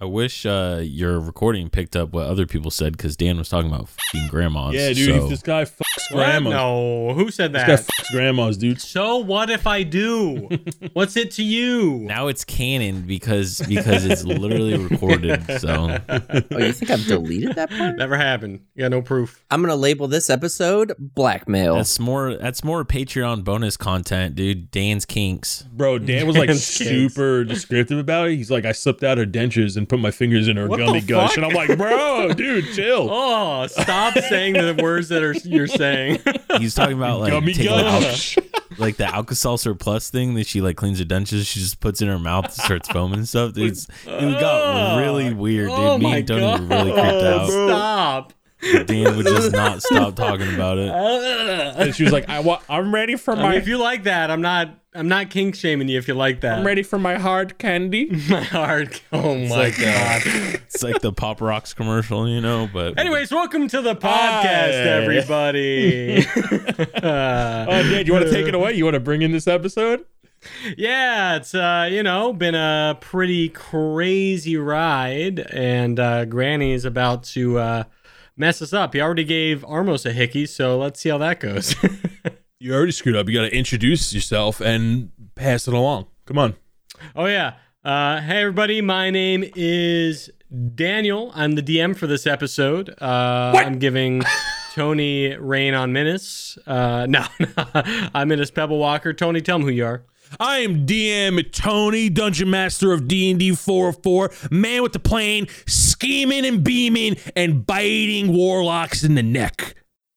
I wish uh, your recording picked up what other people said because Dan was talking about fucking grandmas. Yeah, dude, so- this guy fucks What? grandmas. No, who said This guy that? fucks grandmas, dude. So what if I do? What's it to you? now it's canon because because it's literally recorded. So Oh, you think I've deleted that part? Never happened. You got no proof. I'm gonna label this episode blackmail. that's more that's more Patreon bonus content, dude. Dan's kinks. Bro, Dan was like Dan's super descriptive about it. He's like, I slipped out her dentures and put my fingers in her What gummy the gush. fuck? And I'm like, bro, dude, chill. Oh, stop saying the words that are you're saying. He's talking about like gummy taking out- gush. like the Alka Seltzer Plus thing that she like cleans her dentures. She just puts in her mouth and starts foaming and stuff. Dude, it's, it got Oh, really weird, dude. oh Me my and Tony were really creeped God, out. Stop. Dan would just not stop talking about it. Ugh. And she was like, I wa- I'm ready for I mean, my if you like that, I'm not. I'm not kink shaming you if you like that. I'm ready for my hard candy. My heart. Oh my like, uh, god. It's like the Pop Rocks commercial, you know. But Anyways, welcome to the podcast, Hi. everybody. Uh, Oh, Dan, you want to take it away? You want to bring in this episode? Yeah, it's uh, you know, been a pretty crazy ride, and uh, Granny's about to uh, mess us up. He already gave Armos a hickey, so let's see how that goes. You already screwed up. You got to introduce yourself and pass it along. Come on. oh yeah. Uh, hey everybody, my name is Daniel. I'm the DM for this episode. Uh, I'm giving Tony rain on Menace. Uh, no, I'm Menace Pebble Walker. Tony, tell him who you are. I am DM Tony, Dungeon Master of D&D 404, man with the plane, scheming and beaming and biting warlocks in the neck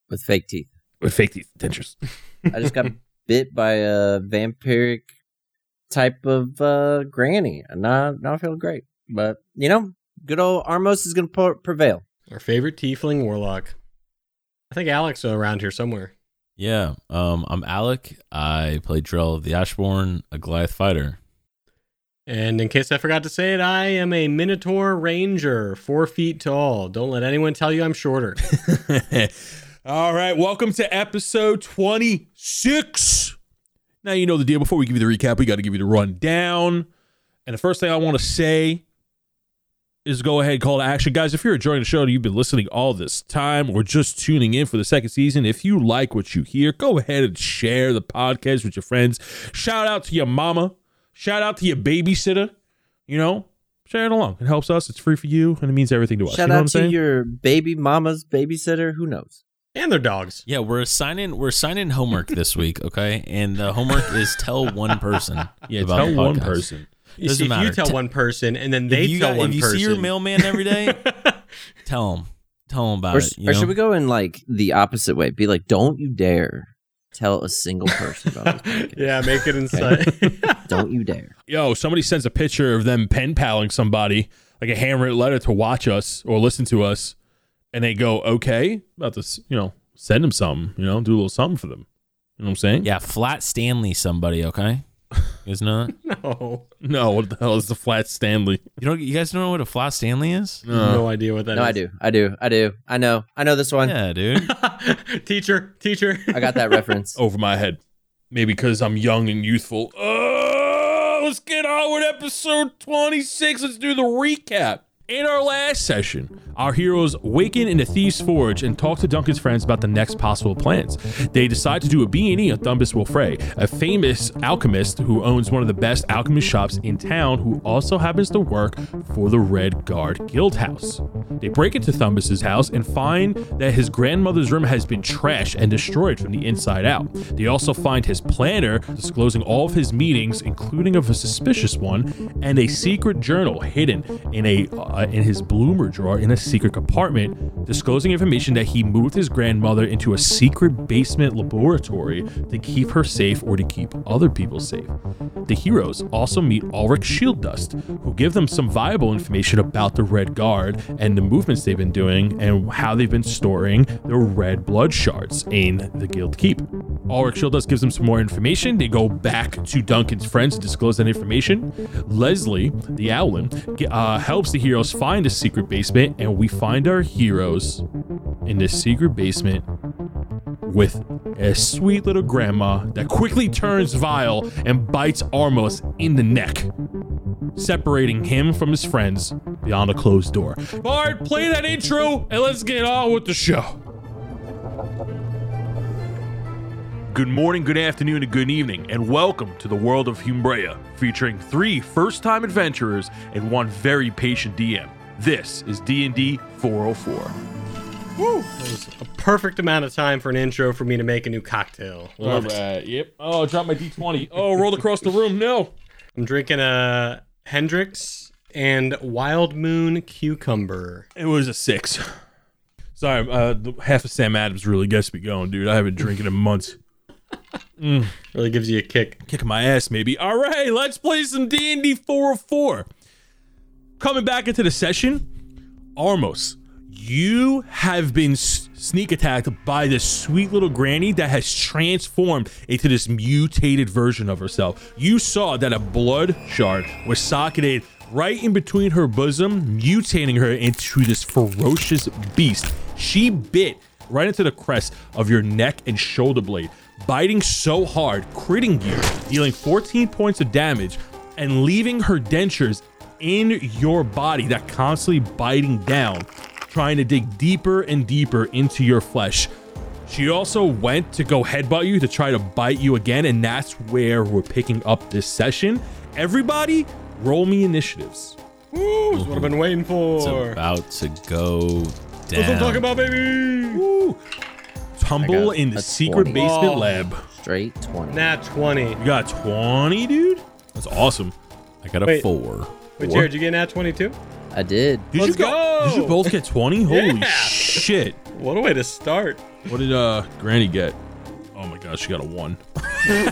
with fake teeth. with fake teeth dentures. I just got bit by a vampiric type of uh, granny. And not not feeling great, but you know, good old Armos is gonna pro- prevail. Our favorite tiefling warlock. I think Alex is around here somewhere. yeah, um, I'm Alec. I play Drell of the Ashborn, a Goliath fighter. And in case I forgot to say it, I am a Minotaur Ranger, four feet tall. Don't let anyone tell you I'm shorter. All right, welcome to episode 26. Now you know the deal. Before we give you the recap, we got to give you the rundown. And the first thing I want to say is go ahead call to action. Guys, if you're enjoying the show and you've been listening all this time or just tuning in for the second season, if you like what you hear, go ahead and share the podcast with your friends. Shout out to your mama. Shout out to your babysitter. You know, share it along. It helps us. It's free for you and it means everything to us. Shout you know what out I'm to saying? your baby mama's babysitter. Who knows? and they're dogs. Yeah, we're assigning we're assigning homework this week, okay? And the homework is tell one person. yeah, about tell the one podcast. person. You Doesn't see, if matter. you tell T- one person and then If they you, tell got- one if you person. see your mailman every day, tell him, tell him about or it. Uh, You or know? should we go in like the opposite way? Be like, don't you dare tell a single person about this. podcast. yeah, make it inside. Don't you dare. yo, somebody sends a picture of them pen paling somebody, like a handwritten letter to watch us or listen to us, and they go, okay, about this, you know, send them something, you know, do a little something for them. You know what I'm saying? Yeah, flat Stanley somebody, okay? Is not. no, No, what the hell is the flat Stanley? You don't you guys don't know what a flat Stanley is? no idea what that is. No, I do. I do. I do. I know. I know this one. Yeah, dude. do. teacher, teacher. I got that reference. Over my head. Maybe because I'm young and youthful. Oh, let's get on with episode 26. Let's do the recap. In our last session, our heroes waken in the Thieves' Forge and talk to Duncan's friends about the next possible plans. They decide to do a B&E on Thumbus Wilfray, a famous alchemist who owns one of the best alchemist shops in town, who also happens to work for the Red Guard Guild House. They break into Thumbus's house and find that his grandmother's room has been trashed and destroyed from the inside out. They also find his planner disclosing all of his meetings, including of a suspicious one, and a secret journal hidden in a uh, in his bloomer drawer in a secret compartment, disclosing information that he moved his grandmother into a secret basement laboratory to keep her safe or to keep other people safe. The heroes also meet Ulrich Shieldust, who give them some viable information about the Red Guard and the movements they've been doing and how they've been storing the red blood shards in the Guild Keep. Ulrich Shieldust gives them some more information. They go back to Duncan's friends to disclose that information. Leslie, the Owlin, ge- uh, helps the heroes find a secret basement, and we find our heroes in this secret basement with a sweet little grandma that quickly turns vile and bites Armos in the neck, separating him from his friends behind a closed door. Bard, play that intro and let's get on with the show. Good morning, good afternoon, and good evening, and welcome to the world of Humbrea, featuring three first-time adventurers and one very patient DM. This is D&D 404. A perfect amount of time for an intro for me to make a new cocktail. All right. Yep. Oh, I dropped my D20. Oh, rolled across the room. No. I'm drinking a Hendrix and Wild Moon cucumber. It was a six. Sorry, uh, the, half of Sam Adams really gets me going, dude. I haven't drinking in months. Really gives you a kick. Kicking my ass, maybe. All right, let's play some D and D four of four. Coming back into the session, Armos, you have been s- sneak attacked by this sweet little granny that has transformed into this mutated version of herself. You saw that a blood shard was socketed right in between her bosom, mutating her into this ferocious beast. She bit right into the crest of your neck and shoulder blade, biting so hard, critting you, dealing 14 points of damage, and leaving her dentures in your body that constantly biting down, trying to dig deeper and deeper into your flesh. She also went to go headbutt you to try to bite you again, and that's where we're picking up this session. Everybody, roll me initiatives. Ooh, that's what I've been waiting It's for. about to go That's what I'm down. talking about, baby. Woo! Tumble I got in the a secret 20. basement Oh. lab. Straight 20. Nat 20. You got 20, dude? That's awesome. I got a Wait. four. Wait, Jared, you get Nat 22? I did. Did Let's you got- Did you go! both get 20? Holy Yeah. shit. What a way to start. What did uh Granny get? Oh my gosh, she got a one.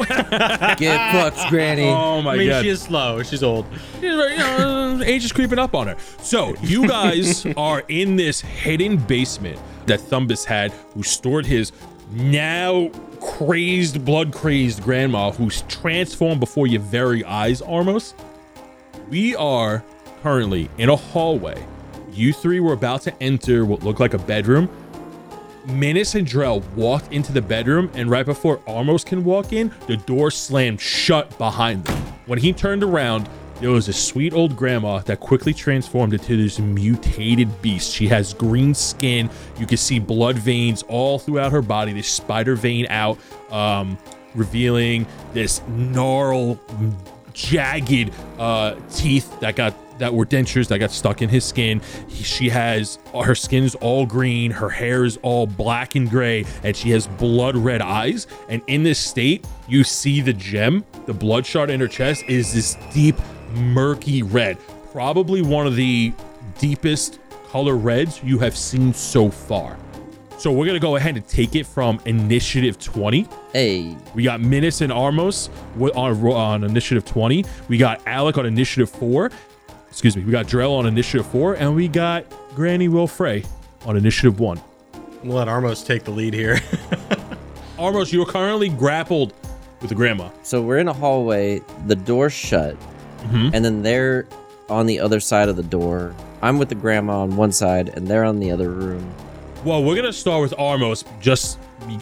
Get fucked, Granny. Oh my I mean, god. she is slow. She's old. She's very- you know, age is creeping up on her. So you guys are in this hidden basement that Thumbus had, who stored his now crazed, blood crazed grandma, who's transformed before your very eyes, Armos. We are currently in a hallway. You three were about to enter what looked like a bedroom. Menace and Drell walked into the bedroom, and right before Armos can walk in, the door slammed shut behind them. When he turned around, there was a sweet old grandma that quickly transformed into this mutated beast. She has green skin. You can see blood veins all throughout her body, this spider vein out, um, revealing this gnarled, jagged uh, teeth that got that were dentures that got stuck in his skin. He, she has her skin's all green, her hair is all black and gray, and she has blood red eyes. And in this state, you see the gem, the blood shard in her chest is this deep, murky red, probably one of the deepest color reds you have seen so far. So we're gonna go ahead and take it from initiative 20. Hey, We got Minis and Armos wi- on, on initiative 20. We got Alec on initiative 4. Excuse me. We got Drell on initiative 4. And we got Granny Wilfrey on initiative 1. I'm gonna let Armos take the lead here. Armos, you are currently grappled with the grandma. so we're in a hallway, the door shut, Mm-hmm. and then they're on the other side of the door. I'm with the grandma on one side, and they're on the other room. Well, we're going to start with Armos. Just,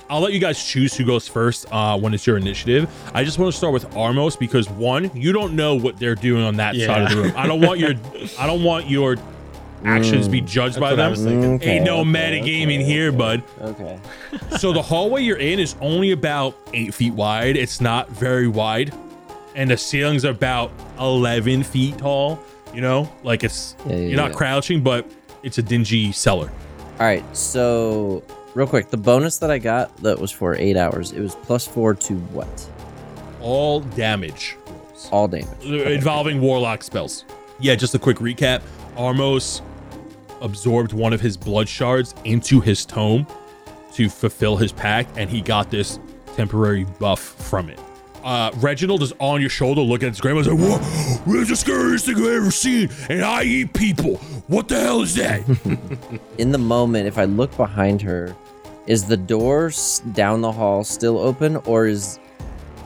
I'll let you guys choose who goes first uh, when it's your initiative. I just want to start with Armos because, one, you don't know what they're doing on that side of the Yeah. room. I don't want your, I don't want your actions be judged by what I them. was thinking. Okay, Ain't no okay, metagaming okay, here, okay. bud. Okay. So the hallway you're in is only about eight feet wide. It's not very wide, and the ceiling's about eleven feet tall. You know, like it's Yeah, yeah, you're not yeah. crouching, but it's a dingy cellar. All right. So, real quick, the bonus that I got that was for eight hours, it was plus four to what? All damage rolls. All damage. Uh, involving warlock spells. Yeah, just a quick recap. Armos absorbed one of his blood shards into his tome to fulfill his pact, and he got this temporary buff from it. Uh, Reginald is on your shoulder looking at his grandma's like, Whoa, that's the scariest thing I've ever seen, and I eat people. What the hell is that? In the moment, if I look behind her, is the door s- down the hall still open, or is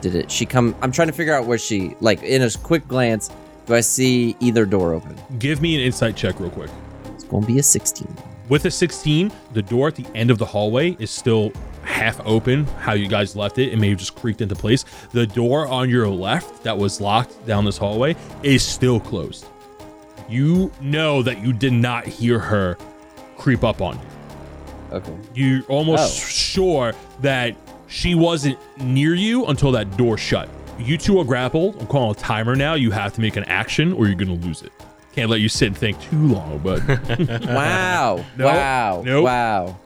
did it? She come? I'm trying to figure out where she like. In a quick glance, do I see either door open? Give me an insight check, real quick. It's gonna be a 16. With a 16, the door at the end of the hallway is still half open, how you guys left it. It may have just creaked into place. The door on your left that was locked down this hallway is still closed. you know that you did not hear her creep up on you Okay. you're almost Oh. sure that she wasn't near you until that door shut. You two are grappled. I'm calling a timer now. You have to make an action or you're going to lose it. Can't let you sit and think too long, but Wow. wow. Nope. Wow.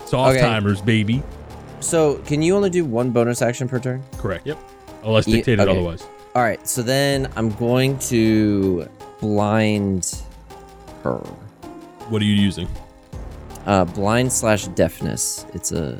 it's off Okay. timers, baby. So can you only do one bonus action per turn? Correct. Yep. Unless Ye- dictated okay. otherwise. All right. So then I'm going to blind her. What are you using? Uh, blind slash deafness. It's a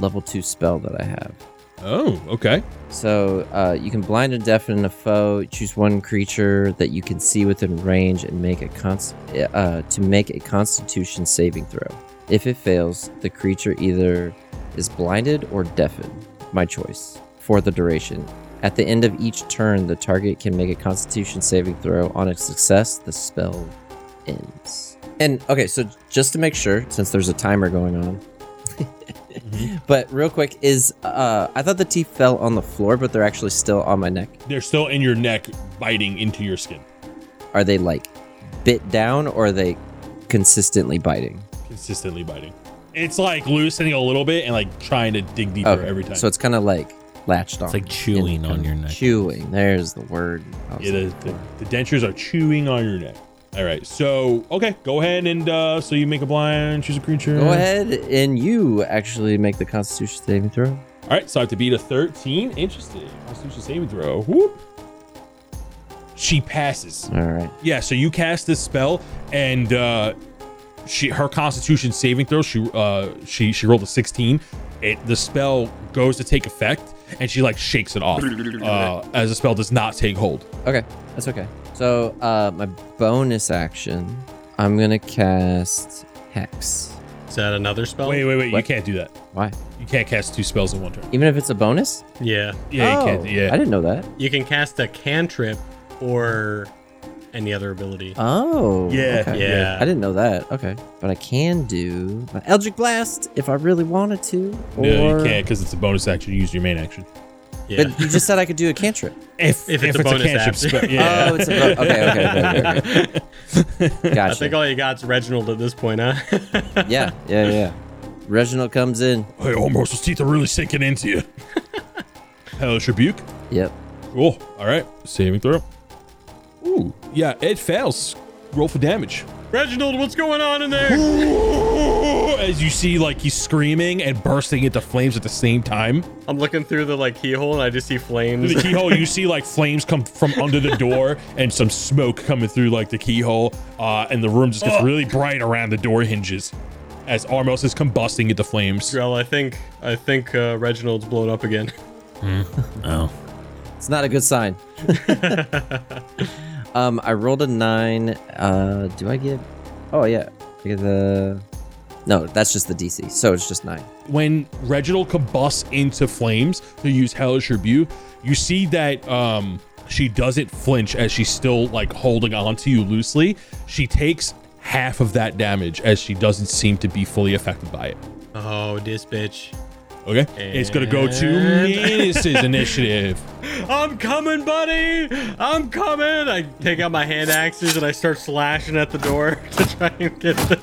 level two spell that I have. Oh, okay. So uh, you can blind and deafen a foe. Choose one creature that you can see within range and make a const- uh, to make a Constitution saving throw. If it fails, the creature either is blinded or deafened. My choice for the duration. At the end of each turn, the target can make a Constitution saving throw. On its success, the spell ends. And okay, so just to make sure, since there's a timer going on, but real quick is uh I thought the teeth fell on the floor, but they're actually still on my neck. They're still in your neck, biting into your skin. Are they like bit down or are they consistently biting? Consistently biting. It's like loosening a little bit and like trying to dig deeper every time. So it's kind of like latched on. like chewing And on kinda your neck. Chewing. There's the word. I was Yeah, the, looking the, for. the dentures are chewing on your neck. All right, so okay, go ahead and uh, so you make a blind, choose a creature. Go ahead and you actually make the Constitution saving throw. All right, so I have to beat a thirteen. Interesting. Constitution saving throw. Whoop. She passes. All right. Yeah, so you cast this spell, and uh, she her Constitution saving throw. She uh, she she rolled a sixteen. It the spell goes to take effect, and she like shakes it off uh, as the spell does not take hold. Okay, that's okay. So uh my bonus action, I'm gonna cast hex. Is that another spell? Wait, wait, wait! You What? can't do that. Why? You can't cast two spells in one turn. Even if it's a bonus? Yeah. Yeah, Oh, you can't. Yeah, I didn't know that. You can cast a cantrip or any other ability. Uh, Oh. Yeah, okay. yeah. I didn't know that. Okay. But I can do my Eldritch Blast if I really wanted to. Or... No, you can't because it's a bonus action. You use your main action. yeah. But you just said I could do a cantrip. If, If it's a bonus action. spe- yeah. Oh, it's a bo- okay, okay, okay, okay, okay. I Gotcha. think all you got's Reginald at this point, huh? yeah, yeah, yeah. Reginald comes in. hey, almost those teeth are really sinking into you. Hellish rebuke. Yep. Cool. All right. Saving throw. Ooh, yeah, it fails. Roll for damage. Reginald, what's going on in there? As you see, like he's screaming and bursting into flames at the same time. I'm looking through the like keyhole and I just see Through flames. the keyhole, you see like flames come from under the door and some smoke coming through like the keyhole, uh, and the room just gets really bright around the door hinges as Armos is combusting into flames. Grell, I think I think uh, Reginald's blown up again. Oh, It's not a good sign. um, I rolled a nine. Uh, do I get? Oh yeah, I get the. No, that's just the DC. So it's just nine. when Reginald combusts into flames to use Hellish Rebuke, you see that um, she doesn't flinch as she's still like holding on to you loosely. She takes half of that damage as she doesn't seem to be fully affected by it. Oh, this bitch. Okay, it's gonna go to And- Minus's initiative. I'm coming, buddy. I'm coming. I take out my hand axes and I start slashing at the door to try and get the.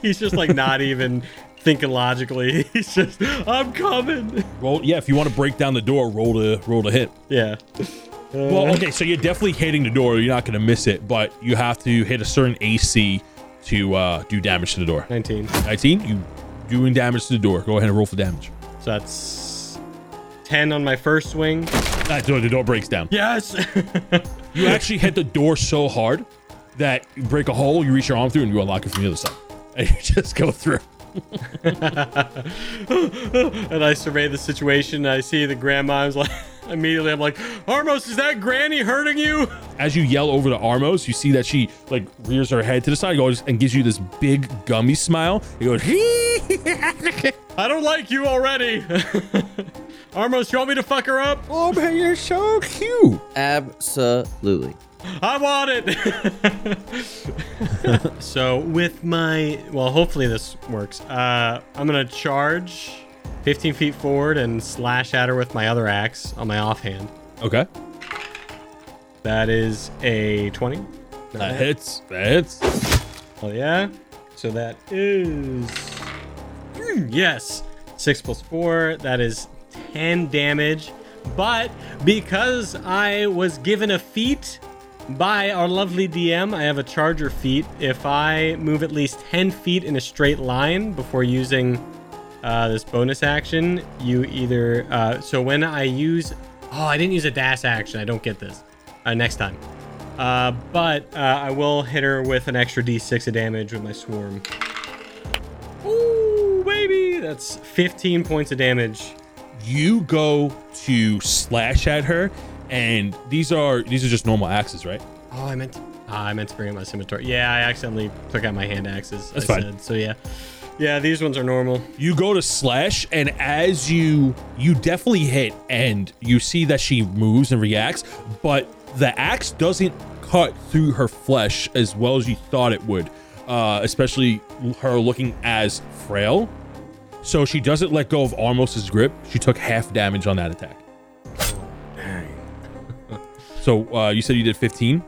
He's just like not even thinking logically. He's just, I'm coming. Roll, yeah, if you want to break down the door, roll to roll to hit. Yeah. Well, okay, so you're definitely hitting the door. You're not gonna miss it, but you have to hit a certain AC to uh, do damage to the door. 19. 19, you doing damage to the door. Go ahead and roll for damage. So that's 10 on my first swing. That door, the door breaks down. Yes. You actually hit the door so hard that you break a hole, you reach your arm through, and you unlock it from the other side. And you just go through. and I survey the situation. I see the grandma. I was like, immediately, I'm like, Armos, is that granny hurting you? As you yell over to Armos, you see that she like rears her head to the side, goes and gives you this big gummy smile. It goes, I don't like you already. Armos, you want me to fuck her up? Oh man, you're so cute. Absolutely. I want it. so with my well, hopefully this works. Uh, I'm gonna charge 15 feet forward and slash at her with my other axe on my offhand. Okay. That is a 20. That hits. That hits. Oh yeah. So that is Mm, yes, six plus four. That is ten damage. But because I was given a feat by our lovely DM, I have a charger feat. If I move at least ten feet in a straight line before using uh, this bonus action, you either. Uh, so when I use, oh, I didn't use a dash action. I don't get this. Uh, next time. Uh, but uh, I will hit her with an extra d6 of damage with my swarm. Ooh, baby! That's 15 points of damage. You go to slash at her, and these are these are just normal axes, right? Oh, I meant to, ah, I meant to bring out my scimitar. Yeah, I accidentally took out my hand axes. That's I fine. Said. So yeah, yeah, these ones are normal. You go to slash, and as you you definitely hit, and you see that she moves and reacts, but the axe doesn't cut through her flesh as well as you thought it would, uh, especially her looking as frail. So she doesn't let go of Armos's grip. She took half damage on that attack. so uh, you said you did 15.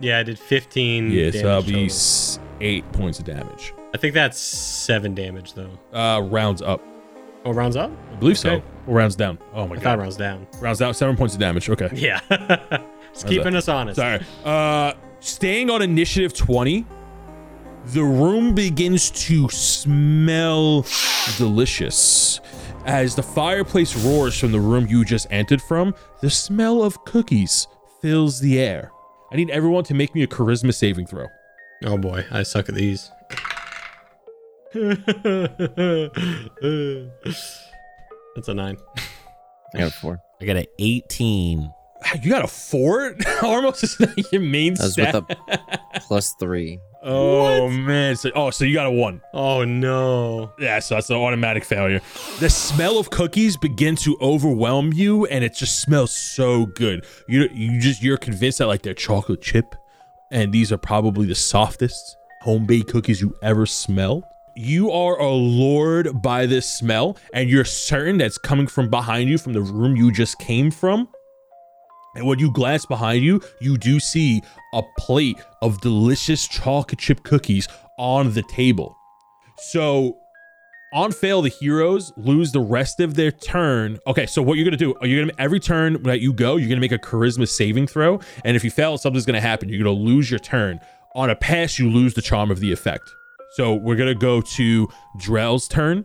Yeah, I did 15. Yes, damage that'll be total. s- eight points of damage. I think that's seven damage though. Uh, rounds up. Oh, rounds up? I believe Okay. so. Or rounds down. Oh my I god. thought rounds down. Rounds out seven points of damage. Okay. Yeah, it's keeping us honest. Sorry. Uh staying on initiative 20, the room begins to smell delicious. As the fireplace roars from the room you just entered from, the smell of cookies fills the air. I need everyone to make me a charisma saving throw. Oh boy, I suck at these. That's a nine. I got a four. I got an 18. Ah, You got a four? Almost is not your main That was stat. with a plus three. oh man! So, oh, so you got a one. Oh no. Yeah, so that's an automatic failure. The smell of cookies begin to overwhelm you, and it just smells so good. You you just you're convinced that like they're chocolate chip, and these are probably the softest home baked cookies you ever smelled. You are allured by this smell, and you're certain that's coming from behind you, from the room you just came from. And when you glance behind you, you do see a plate of delicious chocolate chip cookies on the table. So, on fail, the heroes lose the rest of their turn. Okay, so what you're gonna do? Are you gonna every turn that you go, you're gonna make a charisma saving throw, and if you fail, something's gonna happen. You're gonna lose your turn. On a pass, you lose the charm of the effect. So we're gonna go to Drell's turn,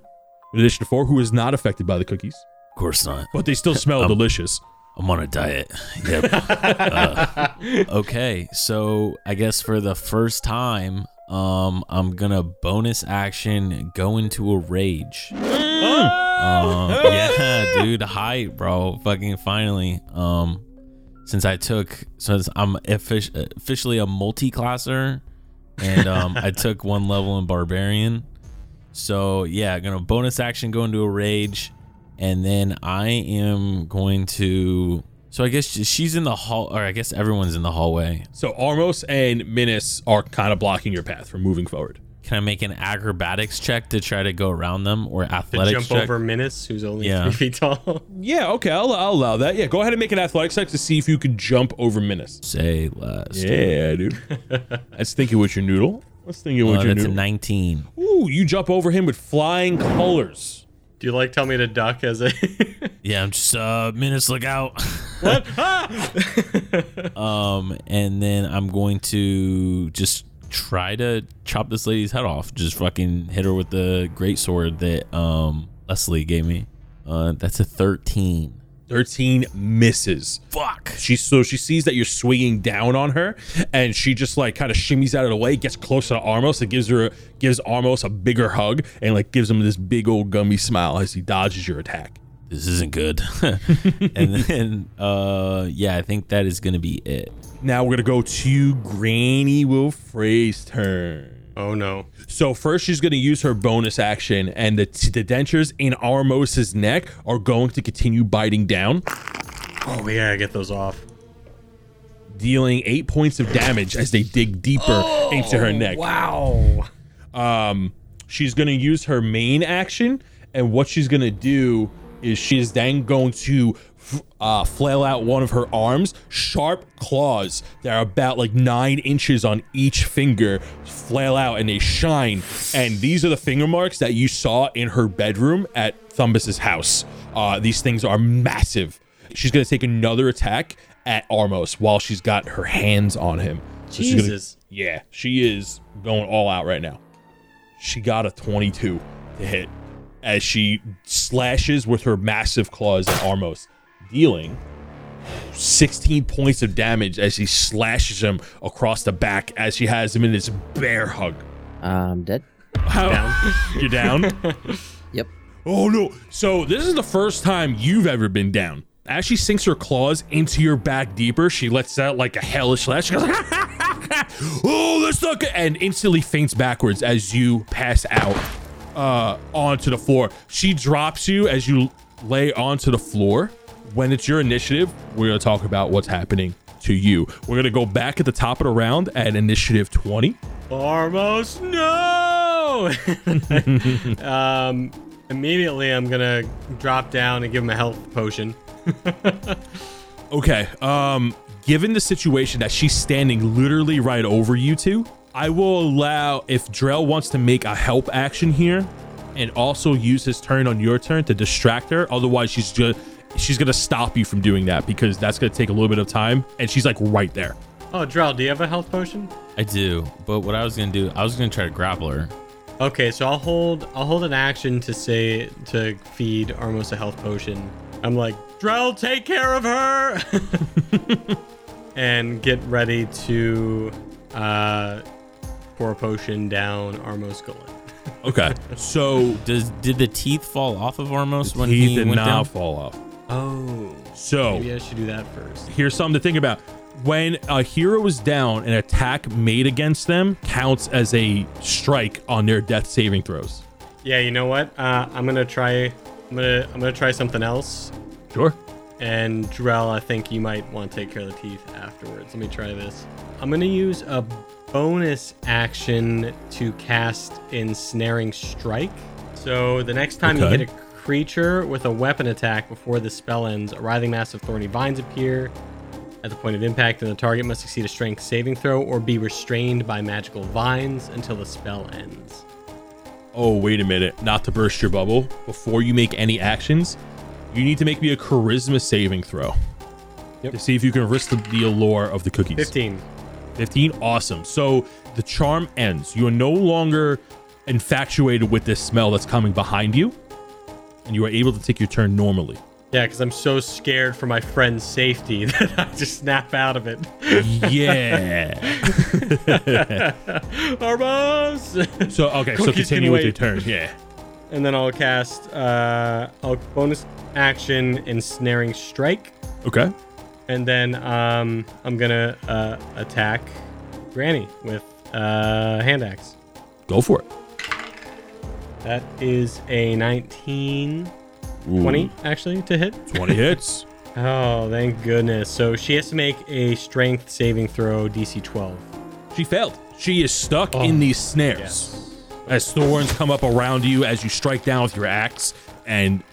in addition to four, who is not affected by the cookies, Of course not. but they still smell Um, delicious. I'm on a diet. Yep. Uh, okay, so I guess for the first time, um, I'm gonna bonus action go into a rage. Um, yeah, dude, hype, bro. Fucking finally. Um, since I took, since I'm offic- officially a multi-classer, and um, I took one level in barbarian. So yeah, gonna bonus action go into a rage, and then I am going to. So I guess she's in the hall, or I guess everyone's in the hallway. So Armos and Minis are kind of blocking your path from moving forward. Can I make an acrobatics check to try to go around them, or To athletics jump check? over Minis, who's only Yeah. three feet tall. Yeah, okay, I'll, I'll allow that. Yeah, go ahead and make an athletics check to see if you can jump over Minis. Say less. Yeah, dude. That's thinking with your noodle. Oh, That's thinking with Uh, your that's a noodle. 19. Ooh, you jump over him with flying colors. Do you like tell me to duck as a Yeah, I'm just uh minutes look out. what? Ah! um, and then I'm going to just try to chop this lady's head off. Just fucking hit her with the great sword that um Leslie gave me. Uh, that's a 13. 13 misses. Fuck. She so she sees that you're swinging down on her, and she just like kind of shimmies out of the way, gets closer to Armos, and gives her gives Armos a bigger hug, and like gives him this big old gummy smile as he dodges your attack. This isn't good. and then uh yeah, I think that is gonna be it. Now we're gonna go to Granny Wilfrey's turn. oh no. So first, she's going to use her bonus action, and the the dentures in Armos's neck are going to continue biting down, Oh we gotta get those off. dealing eight points of damage as they dig deeper into her neck. Wow. Um, she's going to use her main action, and what she's going to do is she's then going to f- uh, flail out one of her arms, sharp claws that are about like nine inches on each finger flail out and they shine. And these are the finger marks that you saw in her bedroom at Thumbus's house. Uh, these things are massive. She's gonna take another attack at Armos while she's got her hands on him. So she's gonna- Jesus. yeah, she is going all out right now. She got a 22 to hit as she slashes with her massive claws at Armos, dealing 16 points of damage as she slashes him across the back as she has him in this bear hug. Um, dead. You're down? Yep. Oh no. So this is the first time you've ever been down. As she sinks her claws into your back deeper, she lets out like a hellish lash. She goes, "Oh, that's not good," and instantly faints backwards as you pass out uh, onto the floor. She drops you as you lay onto the floor. When it's your initiative, we're gonna talk about what's happening to you. We're gonna go back at the top of the round at initiative twenty. Almost no. um, immediately, I'm gonna drop down and give him a health potion. Okay. Um, given the situation that she's standing literally right over you two, I will allow if Drell wants to make a help action here, and also use his turn on your turn to distract her. Otherwise, she's just she's gonna stop you from doing that because that's gonna take a little bit of time, and she's like right there. Oh, Drell, do you have a health potion? I do, but what I was gonna do, I was gonna try to grapple her. Okay, so I'll hold I'll hold an action to say to feed Armos a health potion. I'm like, Drell, take care of her and get ready to uh pour a potion down Armos Gullet. Okay. So Does did the teeth fall off of Armos when he he, did went not down? fall off. Oh. So Maybe I should do that first. here's something to think about. When a hero is down, an attack made against them counts as a strike on their death saving throws. Yeah, you know what? Uh, I'm gonna try I'm gonna I'm gonna try something else. Sure. And Drell, I think you might want to take care of the teeth afterwards. Let me try this. I'm going to use a bonus action to cast Ensnaring Strike. So the next time Okay. you hit a creature with a weapon attack before the spell ends, a writhing mass of thorny vines appear at the point of impact, and the target must succeed a strength saving throw or be restrained by magical vines until the spell ends. Oh, wait a minute. Not to burst your bubble. Before you make any actions, you need to make me a charisma saving throw. Yep. To see if you can risk the, the allure of the cookies. 15. 15. Awesome. So the charm ends. You are no longer infatuated with this smell that's coming behind you, and you are able to take your turn normally. Yeah, because I'm so scared for my friend's safety that I just snap out of it. Yeah. Armos! so, okay, so Cookies continue can with your wait. turn. Yeah. and then I'll cast uh, I'll bonus action ensnaring strike, Okay. and then um, I'm gonna uh, attack Granny with uh, hand axe. Go for it. That is a 19, 20 actually to hit. 20 hits. Oh, thank goodness! So she has to make a strength saving throw DC 12. She failed. She is stuck in Oh. these snares. As thorns come up around you as you strike down with your axe and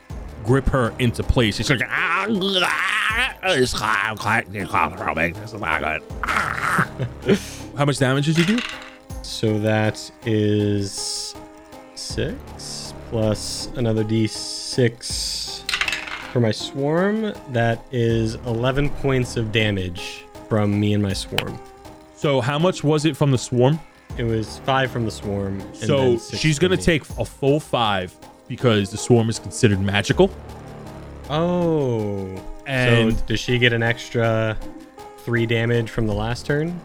grip her into place. She's like, "Ah, ah, it's hot, hot, it's hot, I'll make this about it." Ah." How much damage did you do? So that is six plus another d6 for my swarm. That is 11 points of damage from me and my swarm. So, how much was it from the swarm? It was five from the swarm. And so, then six she's from going to me. take a full five because the swarm is considered magical. Oh. so And- does she get an extra three damage from the last turn?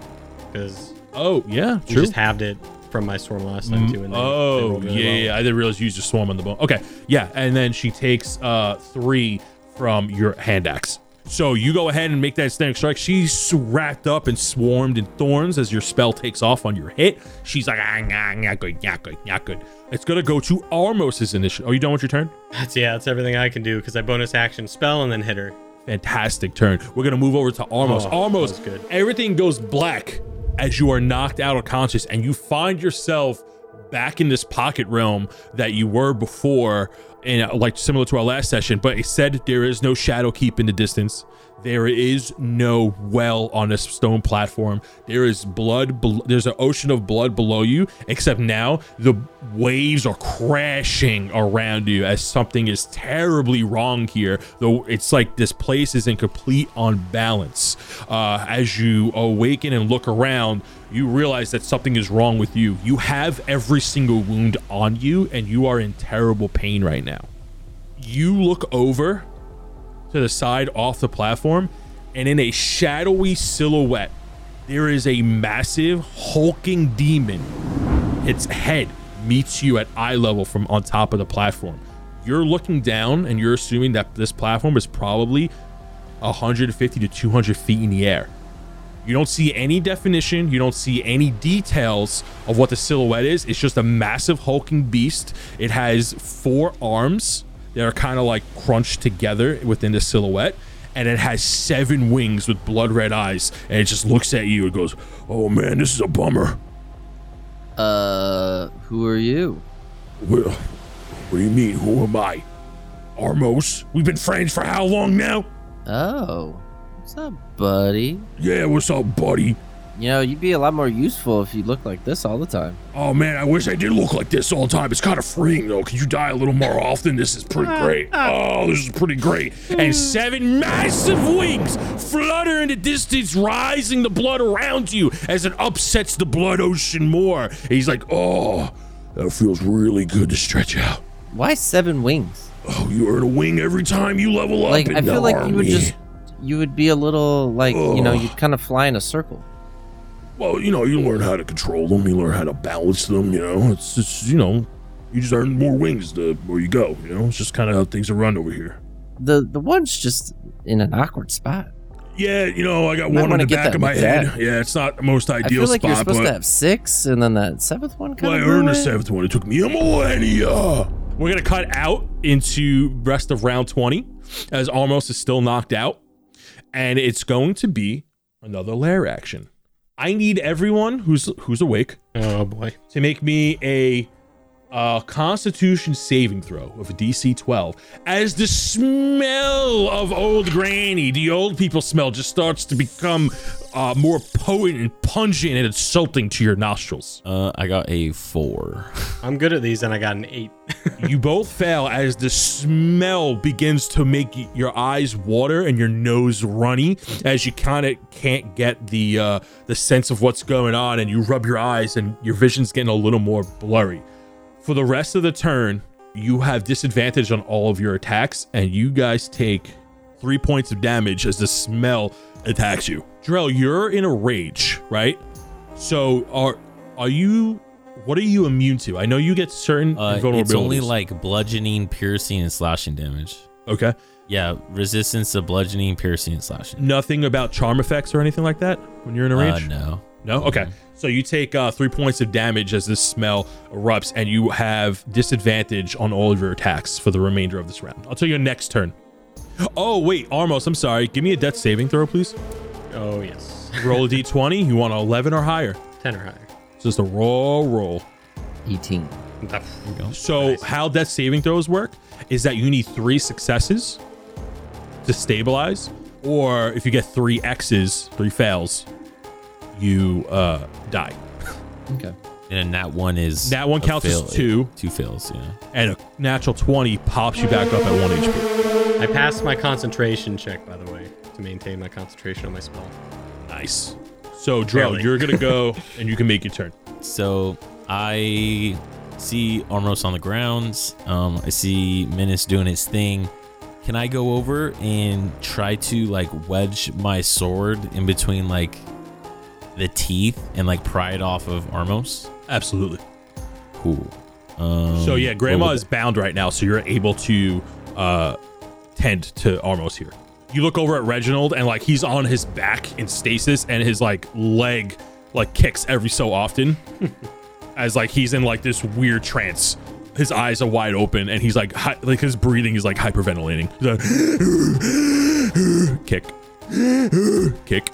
Because Oh, yeah. we just halved it from my swarm last time too. And they- they Oh, rolled yeah, really well. yeah. I didn't realize you used your swarm on the bone. Okay, yeah. And then she takes uh three from your hand axe. So you go ahead and make that snake strike. She's wrapped up and swarmed in thorns as your spell takes off on your hit. She's like, ah, nah, not good, not good, not good. It's gonna go to Armos's initiative. Are you done with your turn? That's, yeah, that's everything I can do because I bonus action spell and then hit her. Fantastic turn. We're gonna move over to Armos. Oh, Armos, that was good. everything goes black as you are knocked out of conscious, and you find yourself back in this pocket realm that you were before. and uh, like similar to our last session, but it said there is no shadow keep in the distance. There is no well on this stone platform. There is blood. Bel- There's an ocean of blood below you, except now the waves are crashing around you as something is terribly wrong here. Though it's like this place is in complete unbalance. Uh, as you awaken and look around, you realize that something is wrong with you. You have every single wound on you, and you are in terrible pain right now. You look over to the side off the platform, and in a shadowy silhouette, there is a massive, hulking demon. Its head meets you at eye level from on top of the platform. You're looking down, and you're assuming that this platform is probably 150 to 200 feet in the air. You don't see any definition. You don't see any details of what the silhouette is. It's just a massive hulking beast. It has four arms that are kind of like crunched together within the silhouette. And it has seven wings with blood red eyes. And it just looks at you and goes, Oh man, this is a bummer. Uh, who are you? Well, what do you mean? Who am I? Armos? We've been friends for how long now? Oh, what's up, buddy? Yeah, what's up, buddy? You know, you'd be a lot more useful if you looked like this all the time. Oh man, I wish I did look like this all the time. It's kind of freeing though. Could you die a little more often? This is pretty great. Oh, this is pretty great. And seven massive wings flutter in the distance, rising the blood around you as it upsets the blood ocean more. And he's like, oh, that feels really good to stretch out. Why seven wings? Oh, you earn a wing every time you level up. Like, in I feel the like army. you would just, you would be a little like, you know, Ugh. you'd kind of fly in a circle. Well, you know, you learn how to control them. You learn how to balance them. You know, it's just you know, you just earn more wings the more you go. You know, it's just kind of how things are run over here. The the one's just in an awkward spot. Yeah, you know, I got Might one on wanna the get back that of my looked head. at. Yeah, it's not the most I ideal feel like spot, you're supposed but to have six, and then that seventh one well, kind I of. earned a seventh one. It took me a millennia. We're gonna cut out into rest of round twenty, as almost is still knocked out, and it's going to be another lair action. I need everyone who's who's awake Oh boy. to make me a uh, Constitution saving throw of a DC 12 as the smell of old granny, the old people smell, just starts to become uh, more potent and pungent and insulting to your nostrils. Uh, I got a four. I'm good at these and I got an eight. you both fail as the smell begins to make y- your eyes water and your nose runny as you kind of can't get the uh, the sense of what's going on and you rub your eyes and your vision's getting a little more blurry. For the rest of the turn, you have disadvantage on all of your attacks and you guys take 3 points of damage as the smell attacks you. Drell, you're in a rage, right? So are are you what are you immune to? I know you get certain Uh, invulnerabilities. it's only like bludgeoning, piercing, and slashing damage. Okay. Yeah, resistance to bludgeoning, piercing, and slashing. Nothing about charm effects or anything like that when you're in a Uh, rage? no. no? Okay. So you take uh, three points of damage as this smell erupts, and you have disadvantage on all of your attacks for the remainder of this round. I'll tell you next turn. Oh, wait, Armos, I'm sorry. Give me a death saving throw, please. Oh yes. Roll a d20. You want an 11 or higher. Ten or higher. It's just a raw roll. Eighteen. Oh, So how death saving throws work is that you need three successes to stabilize, or if you get three X's, three fails, you uh, die. Okay. And that one is That one a counts as fail- two. Two fails. Yeah. And a natural twenty pops you back up at one HP. I passed my concentration check, by the way, to maintain my concentration on my spell. Nice. So Drell, Barely. you're gonna go and you can make your turn. So I see Armros on the grounds. Um, I see Menace doing his thing. Can I go over and try to like wedge my sword in between like the teeth and like pry it off of Armos? Absolutely. Cool. Um, So yeah, what Grandma would- is bound right now, so you're able to uh, tend to Armos here. You look over at Reginald, and like he's on his back in stasis, and his like leg like kicks every so often, as like he's in like this weird trance. His eyes are wide open, and he's like hi- like his breathing is like hyperventilating. He's like, kick, kick.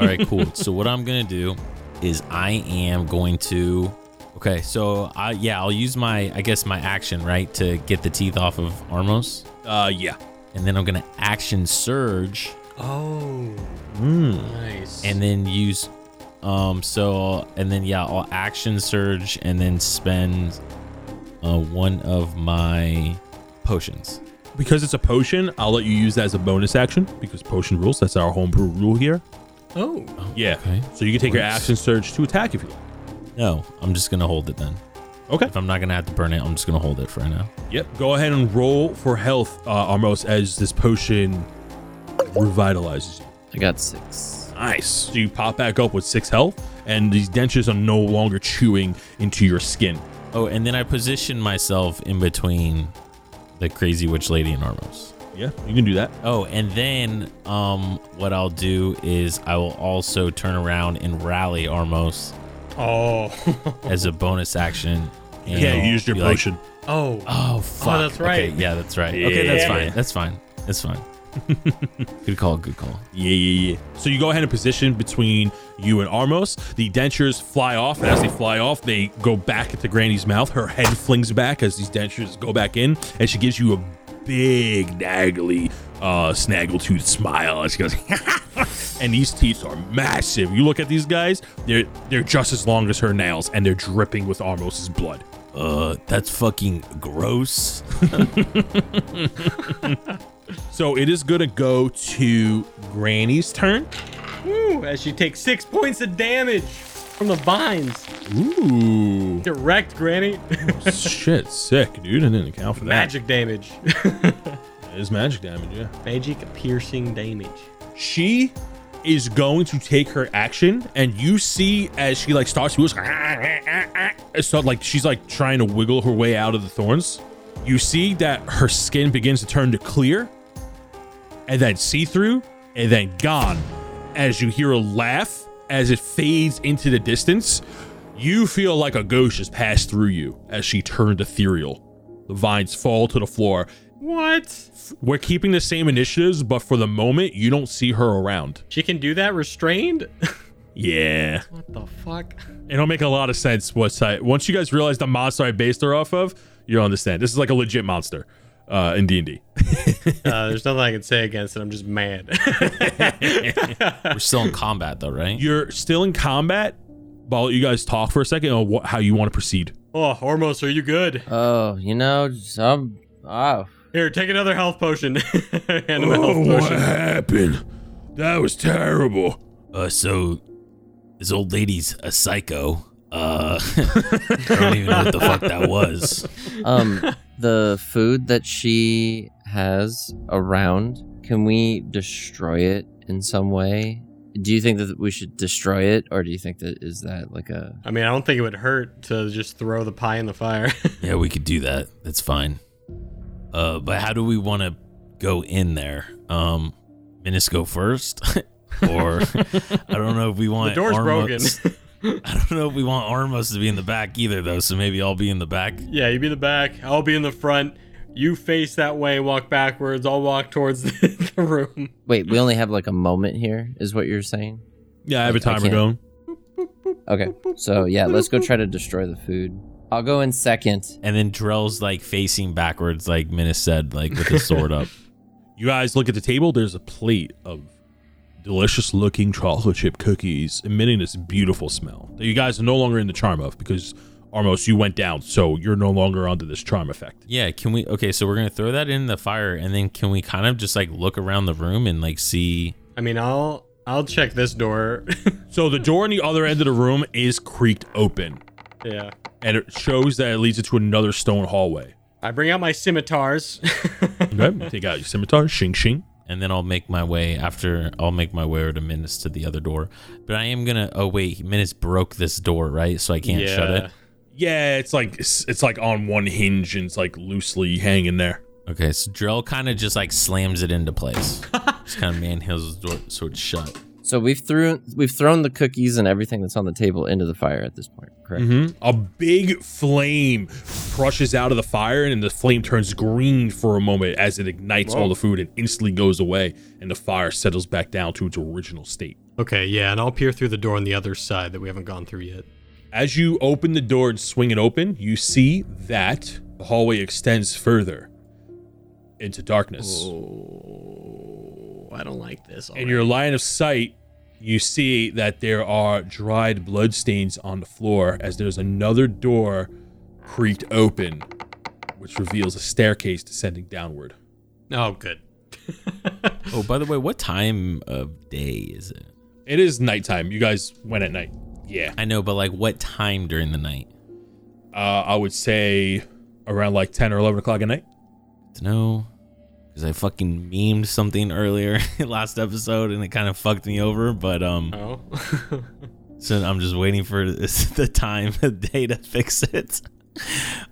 All right, cool. so what I'm gonna do is I am going to Okay, so I yeah, I'll use my I guess my action, right, to get the teeth off of Armos. Uh, yeah. And then I'm gonna action surge Oh, Mm. nice. and then use um so and then yeah, I'll action surge and then spend uh one of my potions. Because it's a potion, I'll let you use that as a bonus action because potion rules. That's our homebrew rule here. oh, Yeah. Okay. So you can take your Works. action surge to attack if you like. No, I'm just gonna hold it then. Okay. If I'm not gonna have to burn it, I'm just gonna hold it for now. Yep. Go ahead and roll for health, uh, Armos, as this potion revitalizes you. I got six. Nice. So you pop back up with six health, and these dentures are no longer chewing into your skin. Oh, and then I position myself in between the crazy witch lady and Armos. Yeah, you can do that. Oh, and then um, what I'll do is I will also turn around and rally Armos oh, as a bonus action. And yeah, I'll you used your be like, potion. oh. oh fuck! that's right. Okay, yeah, that's right. Okay, that's Yeah. fine. That's fine. That's fine. good call. Good call. Yeah, yeah, yeah. So you go ahead and position between you and Armos. The dentures fly off, and as they fly off, they go back into Granny's mouth. Her head flings back as these dentures go back in, and she gives you a big, naggly, uh, snaggletooth smile. And she goes, and these teeth are massive. You look at these guys; they're they're just as long as her nails, and they're dripping with Armos's blood. Uh, that's fucking gross. So it is gonna go to Granny's turn. Woo, as she takes six points of damage from the vines. Ooh, Direct, Granny. shit, sick, dude! I didn't account for that. Magic damage. It is magic damage, yeah. Magic piercing damage. She is going to take her action, and you see as she like starts to ah, goes, ah, so like she's like trying to wiggle her way out of the thorns. You see that her skin begins to turn to clear, and then see through, and then gone. As you hear a laugh as it fades into the distance, you feel like a ghost just passed through you as she turned ethereal. The vines fall to the floor, What? we're keeping the same initiatives, but for the moment, you don't see her around. She can do that restrained? Yeah. what the fuck? It'll make a lot of sense once I, once you guys realize the monster I based her off of, you'll understand. This is like a legit monster uh, in D&D. Uh, there's nothing I can say against it. I'm just mad. We're still in combat though, right? You're still in combat, but I'll let you guys talk for a second on what, how you want to proceed. oh, Hormos, are you good? Oh, you know, some. Oh, Here, take another health potion. Hand him a health potion. Oh, happened? That was terrible. Uh, so this old lady's a psycho. Uh, I don't even know what the fuck that was. um, the food that she has around, can we destroy it in some way? Do you think that we should destroy it, or do you think that is that like a? I mean, I don't think it would hurt to just throw the pie in the fire. Yeah, we could do that. That's fine. Uh, but how do we want to go in there? Um, Minus go first, or I don't know if we the want door's broken. Armos- I don't know if we want Armos to be in the back either, though. So maybe I'll be in the back. yeah, you be the back. I'll be in the front. You face that way, walk backwards. I'll walk towards the, the room. Wait, we only have like a moment here, is what you're saying? Yeah, I have a I timer can't. going. Okay, so yeah, let's go try to destroy the food. I'll go in second. And then Drell's like facing backwards, like Minus said, like with his sword up. You guys look at the table. There's a plate of delicious looking chocolate chip cookies emitting this beautiful smell that you guys are no longer in the charm of because Armos, you went down, so you're no longer under this charm effect. Yeah, can we? Okay, so we're gonna throw that in the fire, and then can we kind of just like look around the room and like see? I mean, I'll I'll check this door. So the door on the other end of the room is creaked open, yeah. and it shows that it leads into another stone hallway. I bring out my scimitars. Okay, take out your scimitar, shing shing. and then I'll make my way after I'll make my way over to Minus to the other door. But I am gonna. Oh wait, Minus broke this door, right? So I can't shut it. Yeah, it's like it's, it's like on one hinge and it's like loosely hanging there. Okay, so Drell kind of just like slams it into place. just kind of manhandles the door so it's shut. So we've threw we've thrown the cookies and everything that's on the table into the fire at this point, correct? A big flame crushes out of the fire, and the flame turns green for a moment as it ignites all the food and instantly goes away, and the fire settles back down to its original state. Okay, yeah, and I'll peer through the door on the other side that we haven't gone through yet. As you open the door and swing it open, you see that the hallway extends further into darkness. Oh, I don't like this. In your line of sight, you see that there are dried bloodstains on the floor as there's another door creaked open, which reveals a staircase descending downward. oh, good. Oh, by the way, what time of day is it? It is nighttime. You guys went at night. Yeah. I know, but like what time during the night? Uh, I would say around like 10 or 11 o'clock at night. To know, because I fucking memed something earlier last episode and it kind of fucked me over. But um, Oh, so I'm just waiting for this, the time of day to fix it.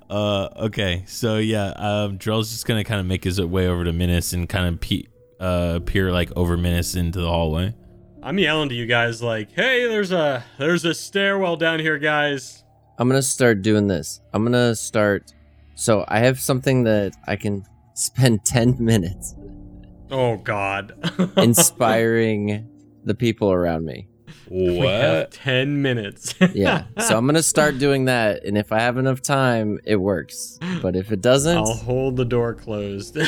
Uh, okay, so yeah, um, Drell's just gonna kind of make his way over to Minus and kind of pe- uh, peer like over Minus into the hallway. I'm yelling to you guys like, "Hey, there's a there's a stairwell down here, guys." I'm gonna start doing this. I'm gonna start. So I have something that I can spend 10 minutes Oh God. inspiring the people around me. We have What? ten minutes. Yeah. So I'm gonna start doing that, and if I have enough time, it works. But if it doesn't, I'll Oh. hold the door closed.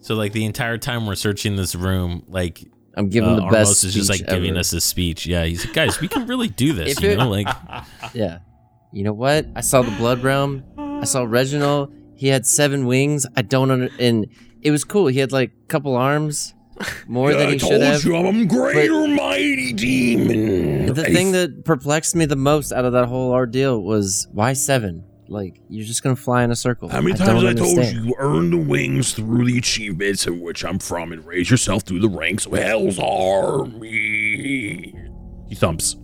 So like the entire time we're searching this room, like I'm giving uh, the Armos best. is just like speech giving ever. us a speech. Yeah, he's like, guys, we can really do this. If you it- know, like Yeah. You know what? I saw the Blood Realm. I saw Reginald. He had seven wings. I don't under and it was cool. He had like a couple arms, more than he should have. I'm a greater mighty demon. The thing that perplexed me the most out of that whole ordeal was why seven? Like you're just gonna fly in a circle. How many I times don't I told understand. you, you earn the wings through the achievements in which I'm from and raise yourself through the ranks of Hell's Army? He thumps.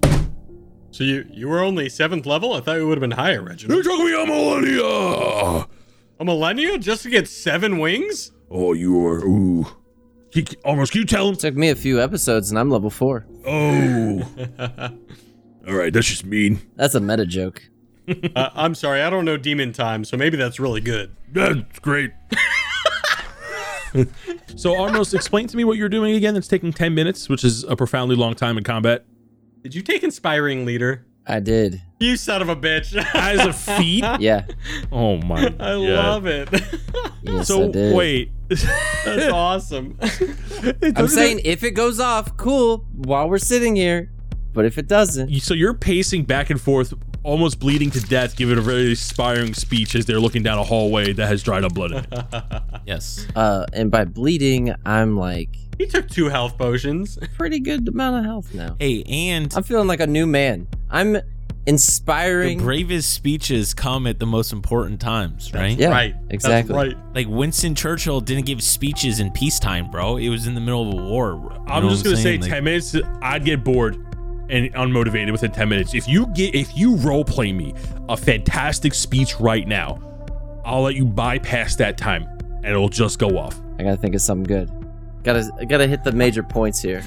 so you you were only seventh level? I thought you would have been higher, It Reginald. took me a millennia. A millennia just to get seven wings? Oh, you were. Ooh. He, almost, can you tell him? It took me a few episodes and I'm level four. Oh. All right, that's just mean. That's a meta joke. Uh, I'm sorry, I don't know demon time, so maybe that's really good. That's great. so, Armos, explain to me what you're doing again. It's taking 10 minutes, which is a profoundly long time in combat. Did you take inspiring leader? I did. You son of a bitch. As a feat? Yeah. Oh, my I love it. Yes, I So, did. wait. that's awesome. I'm saying if it goes off, cool, while we're sitting here. But if it doesn't, So, you're pacing back and forth, almost bleeding to death, giving a very inspiring speech as they're looking down a hallway that has dried up blood in it. yes, uh, and by bleeding, I'm like he took two health potions. pretty good amount of health now. hey, and I'm feeling like a new man. I'm the inspiring. bravest speeches come at the most important times, right? yeah, right. exactly. That's right. Like Winston Churchill didn't give speeches in peacetime, bro. It was in the middle of a war. bro. You I'm know just what gonna say saying? Like, ten minutes. I'd get bored and unmotivated within ten minutes. If you get, if you role play me a fantastic speech right now, I'll let you bypass that time, and it'll just go off. I gotta think of something good. Gotta I gotta hit the major points here.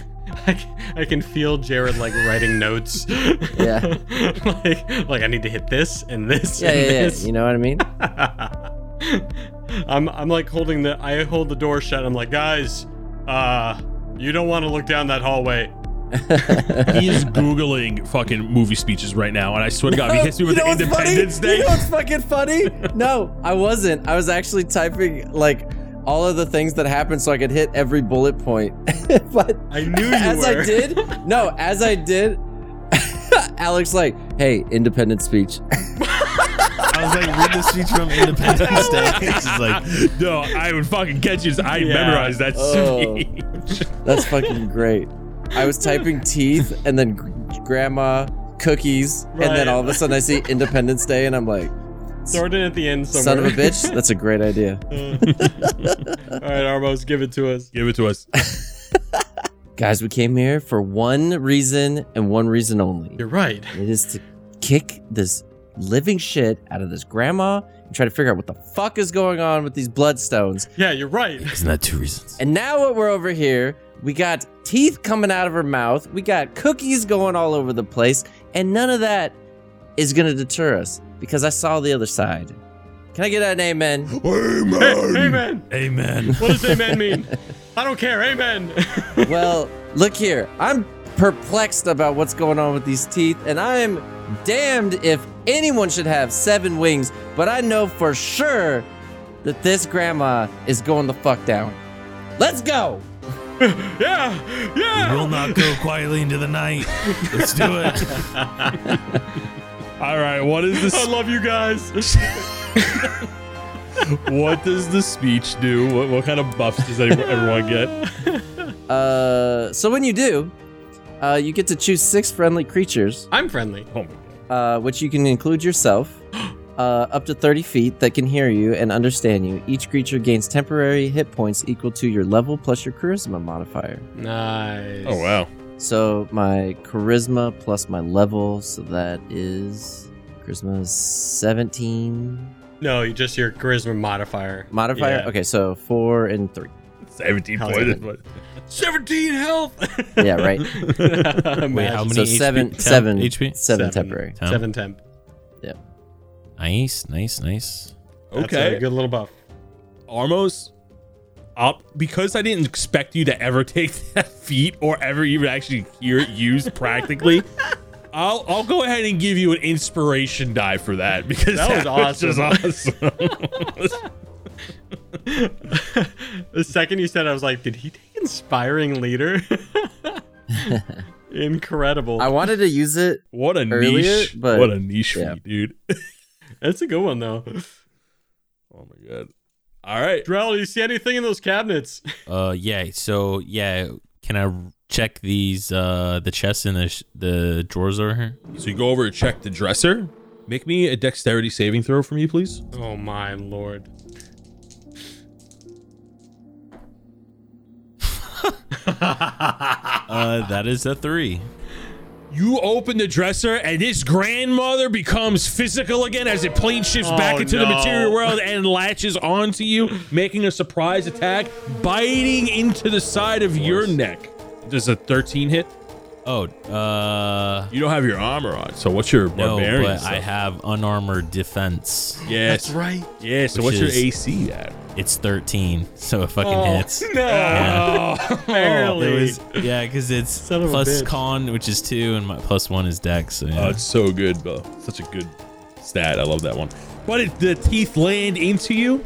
I can, I can feel Jared like writing notes. Yeah. like, like I need to hit this and this Yeah, and yeah, yeah. this. You know what I mean? I'm I'm like holding the I hold the door shut. I'm like, guys, uh, you don't want to look down that hallway. He is googling fucking movie speeches right now, and I swear to God, if he hits me with You know the what's funny? Independence You Day. know what's fucking funny? no, I wasn't. I was actually typing like all of the things that happened so I could hit every bullet point. but I knew you as were. I did, no, as I did, Alex like, hey, independent speech. I was like, read the speech from Independence Day. It's just like, no, I would fucking catch you. I Yeah. memorized that Oh. speech. That's fucking great. I was typing teeth and then gr- grandma cookies, and Right. then all of a sudden I see Independence Day, and I'm like, Throw it in at the end somewhere. son of a bitch, that's a great idea. All right, Armos, give it to us. Give it to us. Guys, we came here for one reason and one reason only. You're right. It is to kick this living shit out of this grandma and try to figure out what the fuck is going on with these bloodstones. Yeah, you're right. isn't that two reasons? And now what we're over here, we got teeth coming out of her mouth, we got cookies going all over the place, and none of that is gonna deter us because I saw the other side. Can I get an amen? Hey, amen. Amen. What does amen mean? I don't care. Amen. well, look here, I'm perplexed about what's going on with these teeth, and I'm damned if anyone should have seven wings, but I know for sure that this grandma is going the fuck down. Let's go! Yeah, yeah. We will not go quietly into the night. Let's do it. All right, what is I this? love you guys. what does the speech do? What, what kind of buffs does anyone- everyone get? Uh, so when you do, uh, you get to choose six friendly creatures, I'm friendly. Oh my god! uh, which you can include yourself, uh, up to 30 feet that can hear you and understand you. Each creature gains temporary hit points equal to your level plus your charisma modifier. Nice. Oh wow! So my charisma plus my level, so that is charisma is 17 No, you just your charisma modifier. modifier. Yeah. Okay, so 4 and 3. Seventeen How's points. it Seventeen health. Yeah, right. Wait, how Imagine. many so HP? 7 Temp 7 HP? 7 Seven. temporary. Temp. Seven temp. Nice, nice, nice. That's a Okay, good little buff. Armos. Up because I didn't expect you to ever take that feat or ever even actually hear it used practically. I'll I'll go ahead and give you an inspiration die for that because That was just awesome. The second you said, I was like, did he take inspiring leader? Incredible. I wanted to use it. What a earlier, niche! but- what a niche for yeah. you, dude. That's a good one though. Oh my god! All right, Drell, do you see anything in those cabinets? Uh, yeah. So yeah, can I check these uh the chests and the sh- the drawers over here? so you go over to check the dresser. Make me a dexterity saving throw for me, please. Oh my lord. Uh, that is a three. You open the dresser, and this grandmother becomes physical again as it plane shifts Oh, back into the no. material world and latches onto you, making a surprise attack, biting into the side of your neck. Does a 13 hit? Oh, uh, You don't have your armor on, so what's your no, barbarian? but stuff? I have unarmored defense. yes, right. yeah. So Which what's your is- AC at? It's thirteen, so it fucking hits. No. Barely. It was yeah, because it's Son of a plus bitch. con, which is two, and my plus one is dex. So yeah. Oh, it's so good, bro. Such a good stat. I love that one. But if the teeth land into you,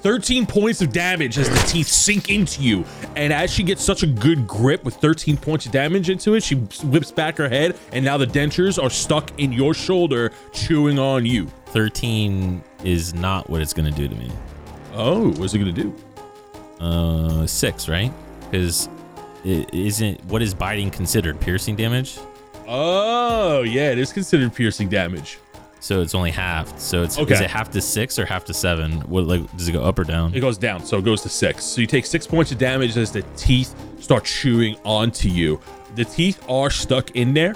13 points of damage as the teeth sink into you. And as she gets such a good grip with 13 points of damage into it, she whips back her head, and now the dentures are stuck in your shoulder, chewing on you. thirteen is not what it's gonna do to me. Oh, what's it gonna do? Uh, six, right? Because it isn't what is biting considered piercing damage. Oh, yeah, it is considered piercing damage. So it's only half. So it's is Okay. it half to six or half to seven? What like does it go up or down? It goes down, so it goes to six. So you take six points of damage as the teeth start chewing onto you. The teeth are stuck in there,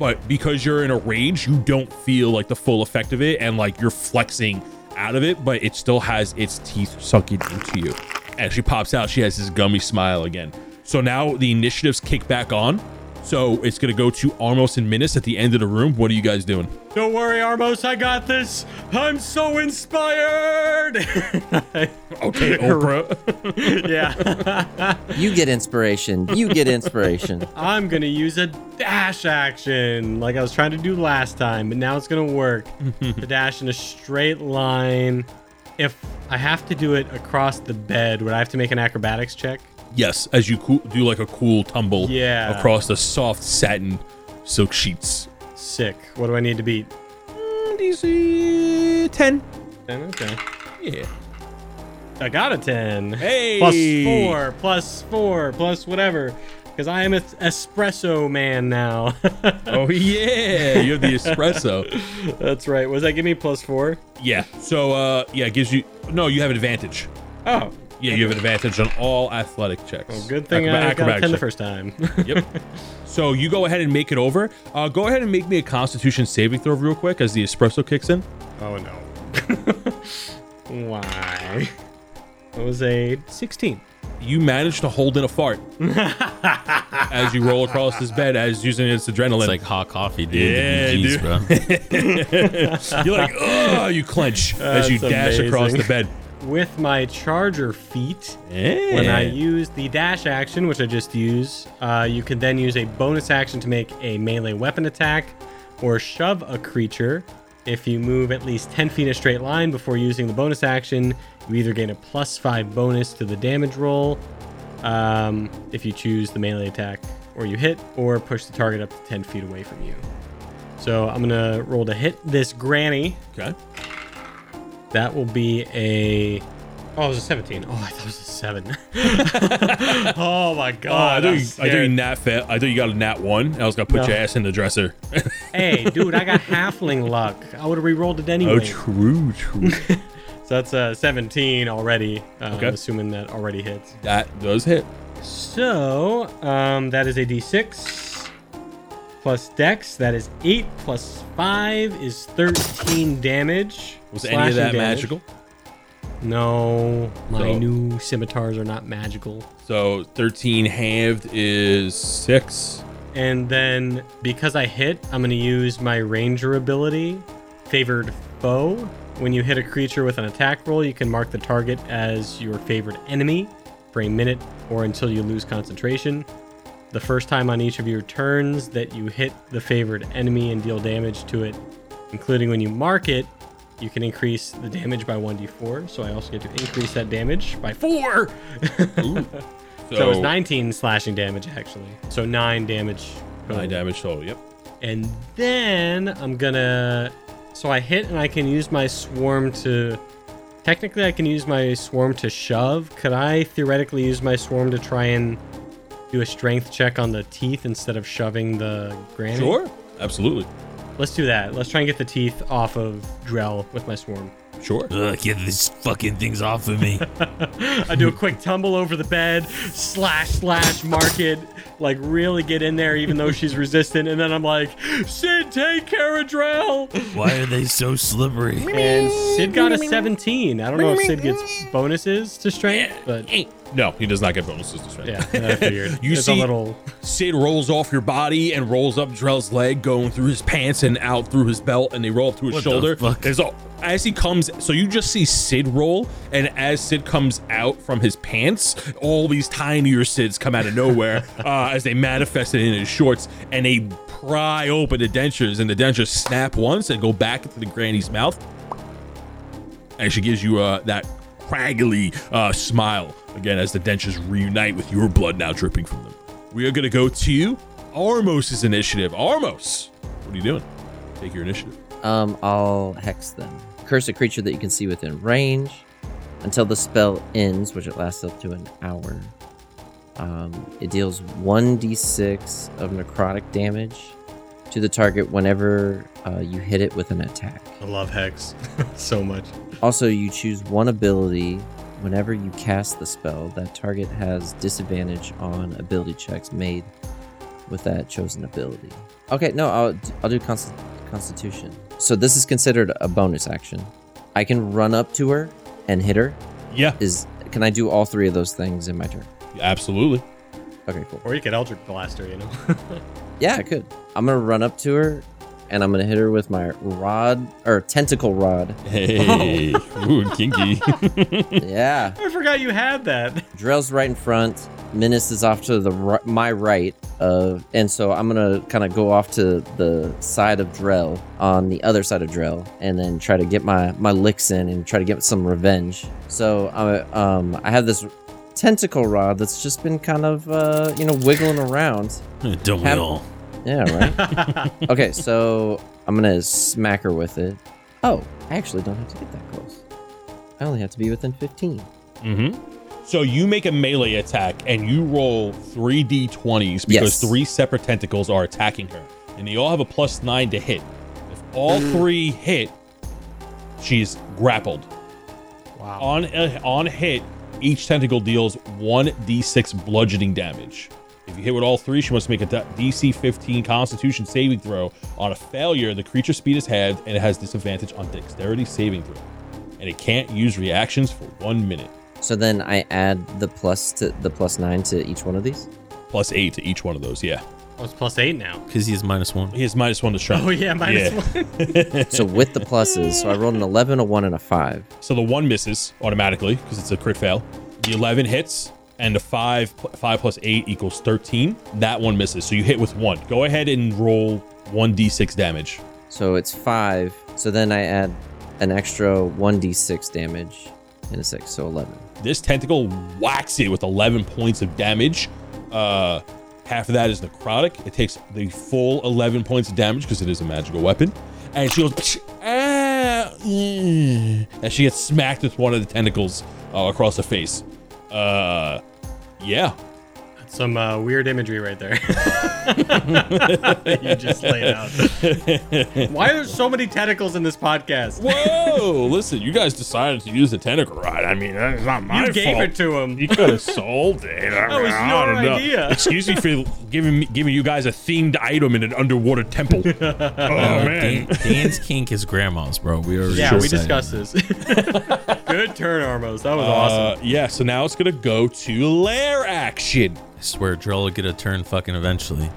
but because you're in a rage, you don't feel like the full effect of it, and like you're flexing out of it, but it still has its teeth sunken into you. As she pops out, she has this gummy smile again. So now the initiatives kick back on. So it's gonna go to Armos and Minas at the end of the room. What are you guys doing? Don't worry, Armos, I got this. I'm so inspired. Okay, Oprah. yeah. You get inspiration. You get inspiration. I'm gonna use a dash action like I was trying to do last time, but now it's gonna work. to dash in a straight line. If I have to do it across the bed, would I have to make an acrobatics check? Yes, as you coo- do like a cool tumble Yeah. across the soft satin silk sheets. Sick. What do I need to beat? Mm, DC 10. uh, Ten? Okay. Yeah. I got a 10. Hey! Plus four, plus four, plus whatever. Because I am an espresso man now. Oh, yeah. You have the espresso. That's right. Was that give me plus four? yeah. So, uh, yeah, it gives you. No, you have an advantage. Oh. Yeah, you have an advantage on all athletic checks. Well, good thing Acrobat- I got a 10 the check. first time. Yep. so you go ahead and make it over. Uh, go ahead and make me a Constitution saving throw real quick as the espresso kicks in. oh, no. Why? It was a 16. you manage to hold in a fart as you roll across this bed as using its adrenaline. It's like hot coffee, dude. Yeah, the BGs, dude. bro. You're like, oh, you clench as you That's dash across the amazing. bed. With my charger feet, when I use the dash action, which I just used, uh, you can then use a bonus action to make a melee weapon attack or shove a creature. If you move at least 10 feet in a straight line before using the bonus action, you either gain a plus 5 bonus to the damage roll um, if you choose the melee attack or you hit, or push the target up to 10 feet away from you. So I'm going to roll to hit this granny. Okay. That will be a. Oh, it was a 17. Oh, I thought it was a 7. oh my Oh, I god. thought I'm you, I thought you scared. nat fat. I thought you got a nat one. and I was gonna put No. your ass in the dresser. hey, dude, I got halfling luck. I would have re-rolled it anyway. oh, true, true. so that's a 17 already. Uh, Okay. I'm assuming that already hits. that does hit. So um, that is a d6 plus dex. That is 8 plus 5 is 13 damage. Was any of Slashing that damage. magical? No, my So- new scimitars are not magical. So 13 halved is six. And then because I hit, I'm going to use my ranger ability, favored foe. When you hit a creature with an attack roll, you can mark the target as your favored enemy for a minute or until you lose concentration. The first time on each of your turns that you hit the favored enemy and deal damage to it, including when you mark it, you can increase the damage by 1d4. So I also get to increase that damage by 4. So, So, it was 19 slashing damage, actually. So 9 damage. total. Nine damage total. Yep. And then I'm gonna. So I hit and I can use my swarm to. Technically, I can use my swarm to shove. Could I theoretically use my swarm to try and do a strength check on the teeth instead of shoving the granny? Sure. Absolutely. Let's do that. Let's try and get the teeth off of Drell with my swarm. Sure. Ugh, get these fucking things off of me. I do a quick tumble over the bed, slash, slash, mark it, like really get in there, even though she's resistant. And then I'm like, Sid, take care of Drell. Why are they so slippery? And Sid got a 17. I don't know if Sid gets bonuses to strength, but No, he does not get bonuses to strength. yeah, I figured. You it's see- a little. Sid rolls off your body and rolls up Drell's leg, going through his pants and out through his belt, and they roll up to his What the shoulder. fuck? There's a, as he comes, so you just see Sid roll, and as Sid comes out from his pants, all these tinier Sids come out of nowhere uh, as they manifest it in his shorts, and they pry open the dentures, and the dentures snap once and go back into the granny's mouth, and she gives you uh, that craggly uh, smile again as the dentures reunite with your blood now dripping from them. We are going to go to Armos's initiative. Armos, what are you doing? Take your initiative. Um, I'll hex them. Curse a creature that you can see within range until the spell ends, which it lasts up to an hour. Um, it deals 1d6 of necrotic damage to the target whenever uh, you hit it with an attack. I love Hex so much. Also, you choose one ability whenever you cast the spell. That target has disadvantage on ability checks made with that chosen ability. Okay, no, I'll, I'll do const- Constitution. So this is considered a bonus action. I can run up to her and hit her. Yeah, Is can I do all three of those things in my turn? absolutely. Okay, cool. Or you could Eldritch Blaster, you know? Yeah, I could. I'm gonna run up to her, and I'm gonna hit her with my rod or tentacle rod. Hey, ooh, kinky. yeah. I forgot you had that. Drell's right in front. Menace is off to the ri- my right, uh, and so I'm gonna kind of go off to the side of Drell on the other side of Drell, and then try to get my my licks in and try to get some revenge. So I um I have this tentacle rod that's just been kind of uh, you know wiggling around. Don't we Have- all? Yeah, right. okay, so I'm gonna smack her with it. Oh, I actually don't have to get that close. I only have to be within 15. Mm-hmm. So you make a melee attack and you roll three d20s because Yes. three separate tentacles are attacking her, and they all have a plus nine to hit. If all three hit, she's grappled. Wow. On uh, on hit, each tentacle deals one d6 bludgeoning damage. If you hit with all three, she must make a d- DC 15 Constitution saving throw. On a failure, the creature speed is halved and it has disadvantage on Dexterity saving throw, and it can't use reactions for one minute. So then I add the plus to the plus nine to each one of these. plus eight to each one of those. Yeah, Oh, it's plus 8 now. Because he's minus one. he has minus one to strength. Oh, yeah, minus Yeah. 1. So with the pluses, so I rolled an eleven, a one, and a five. So the one misses automatically because it's a crit fail. The eleven hits, and the five pl- five plus eight equals thirteen. That one misses. So you hit with one. Go ahead and roll 1d6 damage. So it's five. So then I add an extra 1d6 damage and a six, so 11. This tentacle whacks it with 11 points of damage. Uh, half of that is necrotic. It takes the full 11 points of damage because it is a magical weapon. And she goes, "Psh, ah, mm," and she gets smacked with one of the tentacles uh, across the face. Uh, yeah. Some uh, weird imagery right there. you just laid out. Why are there so many tentacles in this podcast? Whoa! Listen, you guys decided to use the tentacle rod. I mean, that's not my You gave fault. it to him. You could have sold it. I That was I your don't know. idea. Excuse me for giving me, giving you guys a themed item in an underwater temple. oh man. Uh, Dan- Dan's kink is grandma's, bro. We already yeah, we said. discussed this. Good turn, Armos. That was awesome. Uh, yeah, so now it's gonna go to lair action. I swear, Droll will get a turn fucking eventually.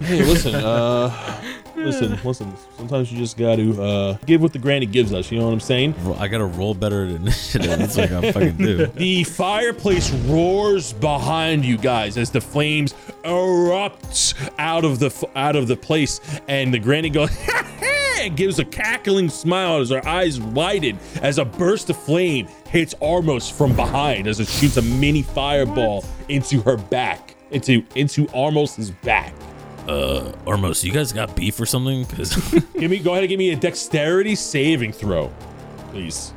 Hey, listen, uh, listen, listen. Sometimes you just gotta uh, give what the granny gives us. You know what I'm saying? Ro- I gotta roll better at initiative. That's what I gotta fucking do. The fireplace roars behind you guys as the flames erupt out of the f- out of the place, and the granny goes and gives a cackling smile as her eyes widen as a burst of flame hits Armos from behind as it shoots a mini fireball into her back, into into Armos's back. Uh, Ormos, you guys got beef or something? Because Give me, go ahead and give me a dexterity saving throw, please.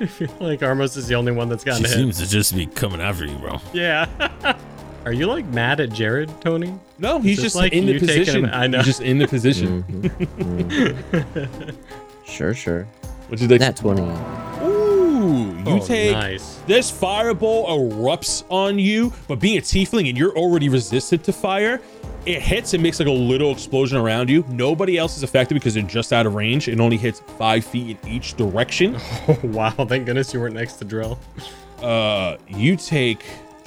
I feel like Armos is the only one that's gotten she hit. seems to just be coming after you, bro. yeah. Are you like mad at Jared, Tony? No, he's Just just, like in the you taking position. him- I know. He's just in the position. Sure, sure. Which is like, Nat 20. Ooh, you Oh, take nice. this fireball erupts on you, but being a tiefling and you're already resistant to fire, it hits and makes like a little explosion around you. Nobody else is affected because they're just out of range. It only hits five feet in each direction. Oh, wow. Thank goodness you weren't next to Drill. Uh, you take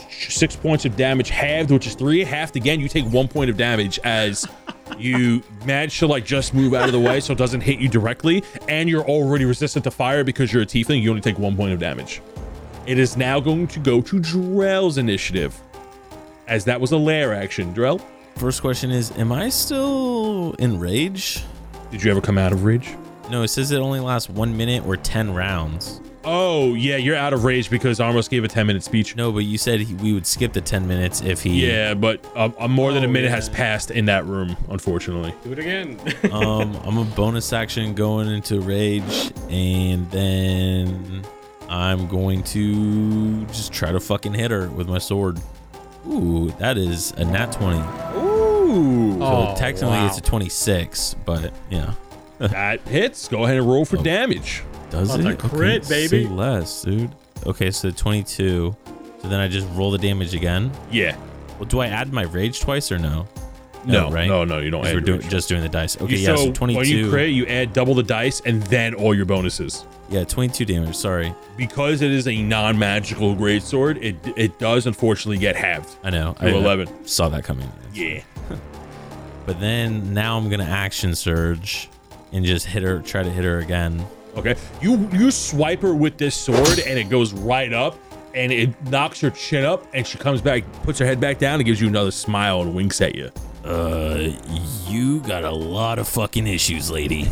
six points of damage halved, which is three halved again. You take one point of damage as you manage to like just move out of the way so it doesn't hit you directly, and you're already resistant to fire because you're a tiefling. You only take one point of damage. It is now going to go to Drell's initiative, as that was a lair action. Drell, First question is, am I still in rage? did you ever come out of rage? No, it says it only lasts one minute or ten rounds. Oh yeah, you're out of rage because Armos gave a 10 minute speech. No, but you said he, we would skip the ten minutes if he. Yeah, but uh, uh, more than a Oh, minute yeah. has passed in that room, unfortunately. Do it again. Um, I'm a bonus action going into rage, and then I'm going to just try to fucking hit her with my sword. Ooh, that is a nat twenty. Ooh. So Oh, technically, wow. it's a twenty-six, but yeah, That hits. Go ahead and roll Oh. for damage. does That's a it? Okay, crit, say baby. less, dude. Okay, so twenty-two. So then I just roll the damage again. Yeah. Well, do I add my rage twice or no? No, right? no, no, you don't 'Cause add We're your doing, rage. just doing the dice. Okay, You- yeah. So, When you twenty-two. crit, you add double the dice and then all your bonuses. yeah, twenty-two damage. Sorry, Because it is a non-magical greatsword, it it does unfortunately get halved. I know. To I 11. Saw that coming. Yeah. But then now I'm gonna action surge and just hit her. Try to hit her again. Okay. You you swipe her with this sword and it goes right up and it knocks her chin up and she comes back, puts her head back down and gives you another smile and winks at you. Uh, you got a lot of fucking issues, lady.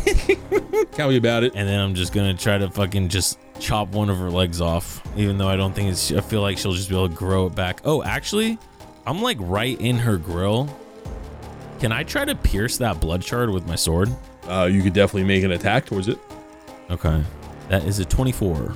Tell me about it. and then I'm just gonna try to fucking just chop one of her legs off. Even though I don't think it's, I feel like she'll just be able to grow it back. Oh, actually, I'm like right in her grill. Can I try to pierce that blood shard with my sword? Uh, you could definitely make an attack towards it. Okay, that is a 24.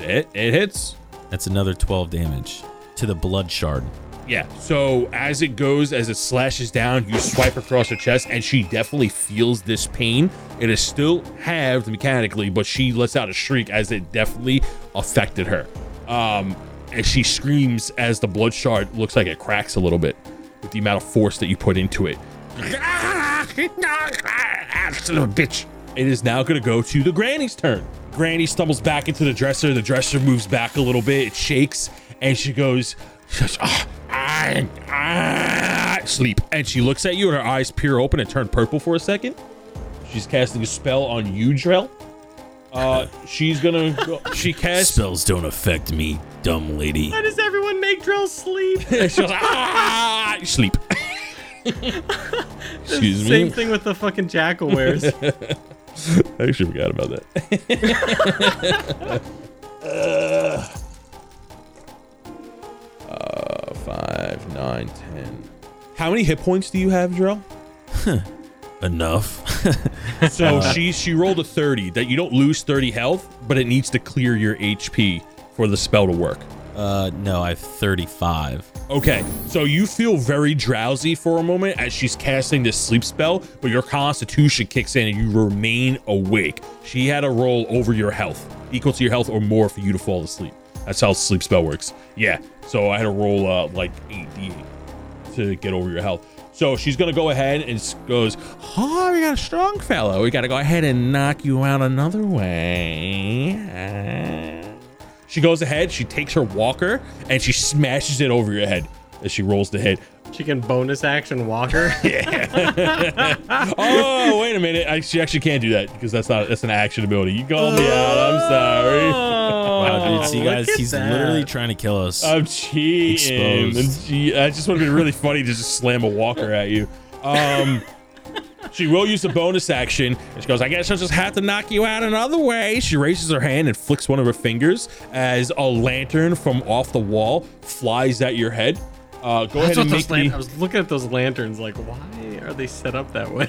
It, it hits. That's another 12 damage to the blood shard. Yeah. So as it goes, as it slashes down, you swipe across her chest, and she definitely feels this pain. It is still halved mechanically, but she lets out a shriek as it definitely affected her. Um, and she screams as the blood shard looks like it cracks a little bit with the amount of force that you put into it. Absolute bitch. It is now going to go to the granny's turn. Granny stumbles back into the dresser. The dresser moves back a little bit. It shakes, and she goes, "Ah, ah, ah," sleep. And she looks at you, and her eyes peer open and turn purple for a second. She's casting a spell on you, Drell. Uh, she's gonna. Go, she casts. Spells don't affect me, dumb lady. Why does everyone make Drill sleep? She goes, ah, sleep. Excuse Same me. thing with the fucking jackal wares. I actually forgot about that. uh, five, nine, ten. How many hit points do you have, Jarrell? Enough. So she she rolled a 30 that you don't lose 30 health, but it needs to clear your HP for the spell to work. uh, no, I have 35. Okay, so you feel very drowsy for a moment as she's casting this sleep spell, but your constitution kicks in and you remain awake. She had a roll over your health, equal to your health or more for you to fall asleep. That's how sleep spell works. Yeah, so I had to roll uh, like 8d8 to get over your health. So she's gonna go ahead and s- goes, Oh, we got a strong fellow. We gotta go ahead and knock you out another way. She goes ahead, she takes her walker, and she smashes it over your head as she rolls the hit. She can bonus action walker. Oh, wait a minute. I, she actually can't do that because that's not that's an action ability. You called me out. I'm sorry. Wow, dude, see, look guys, at he's that. literally trying to kill us. I'm cheating. Exposed. Gee, I just would have been really funny to just slam a walker at you. Um, she will use the bonus action. And she goes, I guess I'll just have to knock you out another way. She raises her hand and flicks one of her fingers as a lantern from off the wall flies at your head. Uh, go That's ahead and make what those lan- me. I was looking at those lanterns, like, why are they set up that way?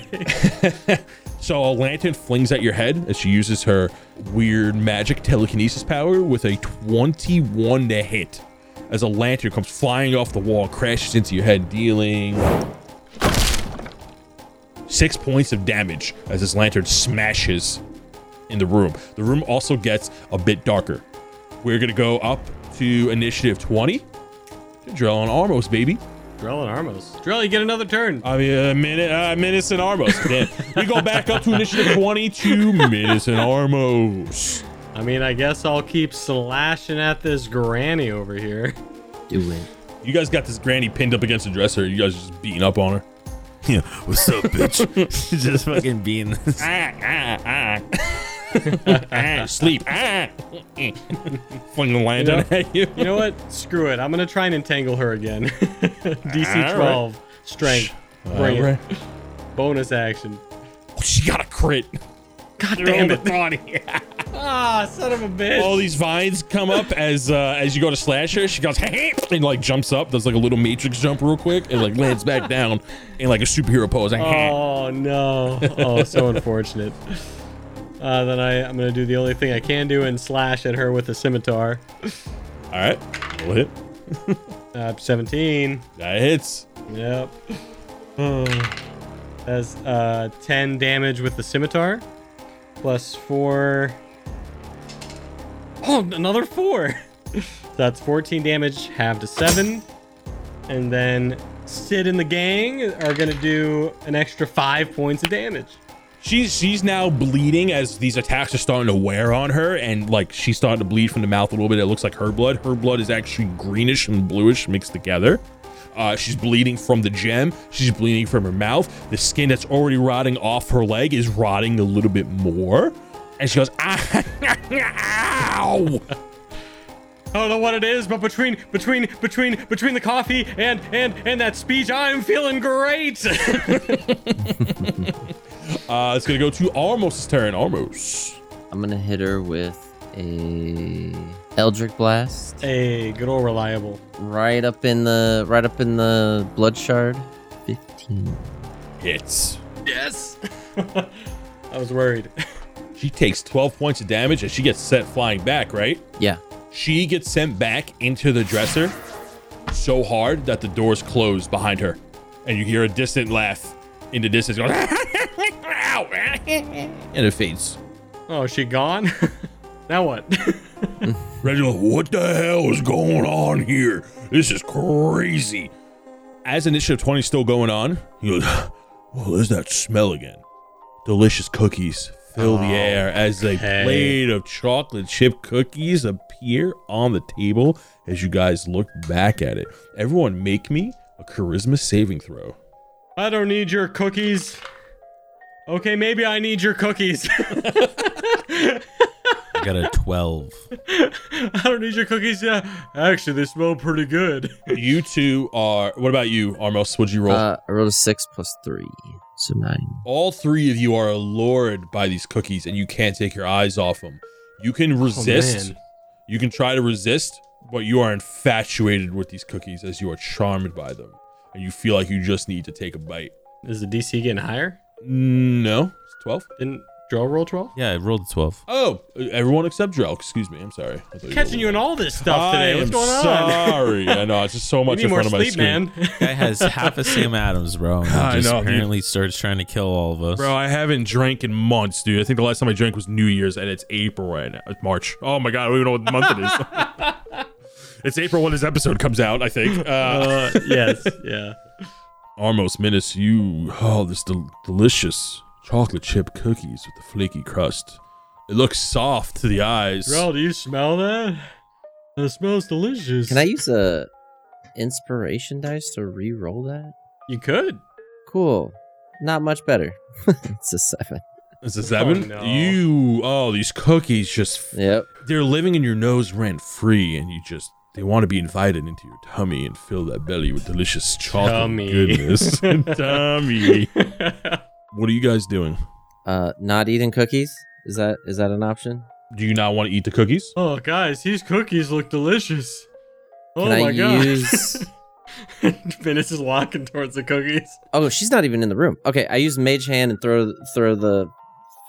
So a lantern flings at your head as she uses her weird magic telekinesis power with a 21 to hit. As a lantern comes flying off the wall, crashes into your head, dealing six points of damage as this lantern smashes in the room. The room also gets a bit darker. We're gonna go up to initiative 20. Drill on Armos, baby. Drell and Armos. Drell, you get another turn. I mean, uh, minute, uh, Minus and Armos. Damn. we go back up to initiative 22, Minus and Armos. I mean, I guess I'll keep slashing at this granny over here. Do it. You guys got this granny pinned up against the dresser. You guys just beating up on her. Yeah, what's up, bitch? Just fucking being this. Ah, ah, ah. ah, sleep. Ah. Fling the lantern at you. You know what? Screw it. I'm gonna try and entangle her again. DC 12 strength. Bring Alright. it. Bonus action. Oh, she got a crit. God They're damn over it! 20. Ah, son of a bitch. All these vines come up as uh, as you go to slash her. She goes hey, and like jumps up, does like a little matrix jump real quick, and like lands back down in like a superhero pose. Like, "Hey." Oh no! Oh, so unfortunate. Uh, then I, I'm gonna do the only thing I can do and slash at her with a scimitar. All right, roll hit. Uh, 17. That hits. Yep. Oh. That's uh, 10 damage with the scimitar, plus four. Oh, another four. So that's 14 damage, half to seven, and then Sid and the gang are gonna do an extra five points of damage. She's she's now bleeding as these attacks are starting to wear on her, and like she's starting to bleed from the mouth a little bit. It looks like her blood. Her blood is actually greenish and bluish mixed together. Uh, she's bleeding from the gem. She's bleeding from her mouth. The skin that's already rotting off her leg is rotting a little bit more. And she goes, "Ah, ow!" I don't know what it is, but between between between between the coffee and and and that speech, I'm feeling great. Uh, it's gonna go to Armos' turn. Armos. I'm gonna hit her with a Eldritch Blast hey, good old reliable. right up in the right up in the blood shard. Fifteen. Hits. Yes. I was worried. She takes 12 points of damage and she gets sent flying back, right? Yeah. She gets sent back into the dresser so hard that the doors close behind her. And you hear a distant laugh in the distance going, "Ow." and it fades. Oh, is she gone? now what? Reginald, what the hell is going on here? This is crazy. As initiative 20 is still going on, he goes, Well, there's that smell again. Delicious cookies fill the air as a okay. plate of chocolate chip cookies appear on the table as you guys look back at it. Everyone, make me a charisma saving throw. I don't need your cookies. Okay, maybe I need your cookies. I got a 12. I don't need your cookies. Yeah, actually, they smell pretty good. You two are. What about you, Armos? Would you roll? Uh, I rolled a six plus three, so nine. All three of you are allured by these cookies, and you can't take your eyes off them. You can resist. man. you can try to resist, but you are infatuated with these cookies as you are charmed by them, and you feel like you just need to take a bite. Is the DC getting higher? No, it's twelve. Didn't draw roll twelve? Yeah, I rolled a 12. Oh, everyone except Drell. Excuse me. I'm sorry. I thought were- Catching you in all this stuff I today. am What's going on? Sorry, I know it's just so You much need in more front of my sleep, screen. man. Guy has half a Sam Adams, bro. And he I just know, dude. apparently starts trying to kill all of us. Bro, I haven't drank in months, dude. I think the last time I drank was New Year's, and it's April right now. It's March. Oh my god, I don't even know what month it is. it's April when this episode comes out, I think. Uh, uh, yes. Yeah. Armos Menace, you. Oh, this del- delicious chocolate chip cookies with the flaky crust. It looks soft to the eyes. Bro, do you smell that? That smells delicious. Can I use a inspiration dice to re-roll that? You could. Cool. Not much better. it's a seven. It's a seven. no. You. Oh, these cookies just. Yep. They're living in your nose rent free, and you just. They want to be invited into your tummy and fill that belly with delicious chocolate Tummy. goodness. tummy. What are you guys doing? Uh, not eating cookies. Is that is that an option? Do you not want to eat the cookies? oh, guys, these cookies look delicious. Oh Can I my god. use- Venice is walking towards the cookies. Oh, she's not even in the room. Okay, I use mage hand and throw throw the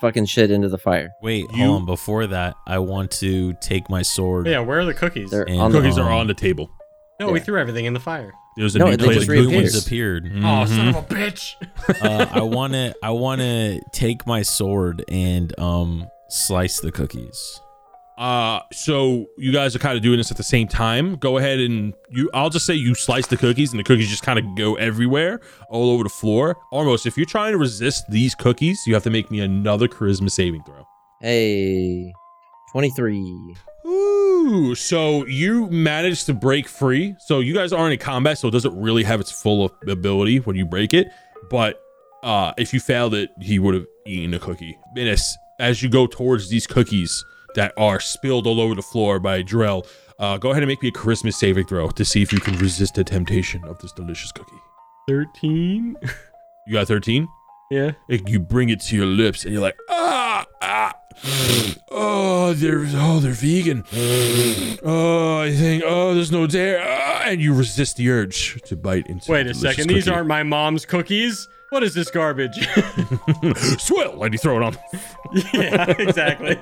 fucking shit into the fire. Wait, You- hold on. Before that, I want to take my sword. Yeah, where are the cookies? They're And on the Cookies are Um, on the table. no, we threw everything in the fire. There's a No, new they Like, plate just of blue good reappeared. ones appeared. ones. Mhm. Oh, of a bitch. uh, I want to I want to take my sword and um slice the cookies. Uh, so you guys are kind of doing this at the same time. Go ahead and you. I'll just say you slice the cookies, and the cookies just kind of go everywhere, all over the floor. Almost. If you're trying to resist these cookies, you have to make me another charisma saving throw. Hey, twenty three. Ooh, so you managed to break free. So you guys aren't in combat, so it doesn't really have its full ability when you break it. But uh, if you failed it, he would have eaten a cookie. Menace, as you go towards these cookies that are spilled all over the floor by Drell, uh, go ahead and make me a charisma saving throw to see if you can resist the temptation of this delicious cookie. 13? You got 13? Yeah. Like, you bring it to your lips and you're like, ah, ah. Oh, they're oh they're vegan. Oh, I think oh there's no dairy, ah, and you resist the urge to bite into. Wait the a delicious second. These cookie. aren't my mom's cookies. What is this garbage? swill, and you throw it on. yeah, exactly.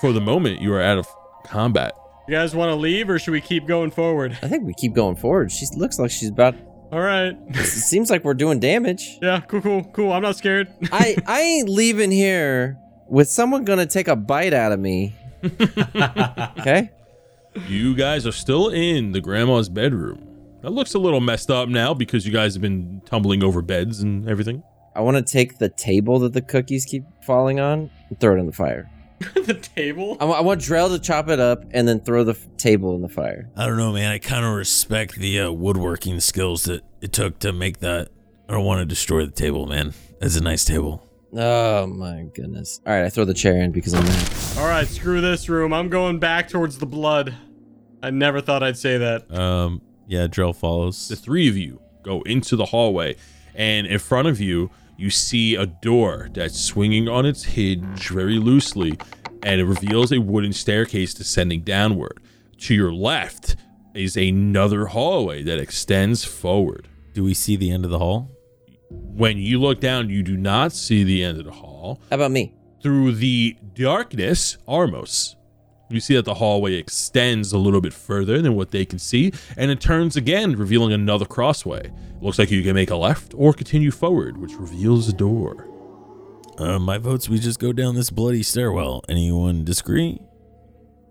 For the moment, you are out of combat. you guys want to leave or should we keep going forward? I think we keep going forward. She looks like she's about. All right. It seems like we're doing damage. Yeah, cool, cool, cool. I'm not scared. I I ain't leaving here with someone gonna take a bite out of me. okay. You guys are still in the grandma's bedroom. That looks a little messed up now because you guys have been tumbling over beds and everything. I want to take the table that the cookies keep falling on and throw it in the fire. the table? I, wa- I want Drell to chop it up and then throw the f- table in the fire. I don't know, man. I kind of respect the uh, woodworking skills that it took to make that. I don't want to destroy the table, man. That's a nice table. Oh my goodness! All right, I throw the chair in because I'm mad. All right, screw this room. I'm going back towards the blood. I never thought I'd say that. Um, yeah, Drell the follows. three of you go into the hallway and in front of you you see a door that's swinging on its hinge very loosely and it reveals a wooden staircase descending downward to your left is another hallway that extends forward Do we see the end of the hall? when you look down you do not see the end of the hall How about me? through the darkness, Armos. You see that the hallway extends a little bit further than what they can see, and it turns again, revealing another crossway. Looks like you can make a left or continue forward, which reveals a door. Uh, my votes. We just go down this bloody stairwell. Anyone disagree?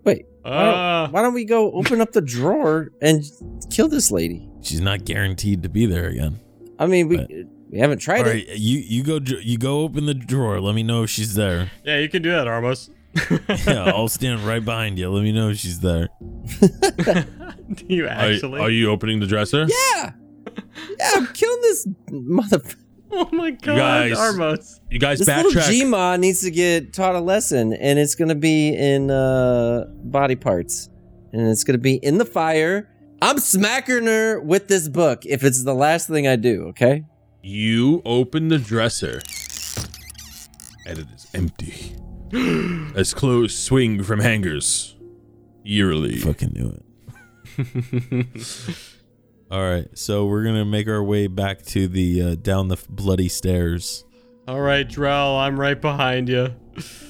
Wait, Oh, Uh, why don't we go open up the drawer and kill this lady? She's not guaranteed to be there again. I mean, we But- we haven't All tried it. right, you you go dr- you go open the drawer. Let me know if she's there. yeah, you can do that, Armos. yeah, I'll stand right behind you. Let me know if she's there. do you Are- actually? Are, you opening the dresser? Yeah, yeah, I'm killing this mother. Oh my god, guys- Armos. You guys This little backtrack. Gma needs to get taught a lesson, and it's gonna be in uh, body parts, and it's gonna be in the fire. I'm smacking her with this book if it's the last thing I do. Okay. You open the dresser, and it is empty. As clothes swing from hangers, eerily. Fucking knew it. All right, so we're gonna make our way back to the uh, down the f- bloody stairs. All right, Drell, I'm right behind you.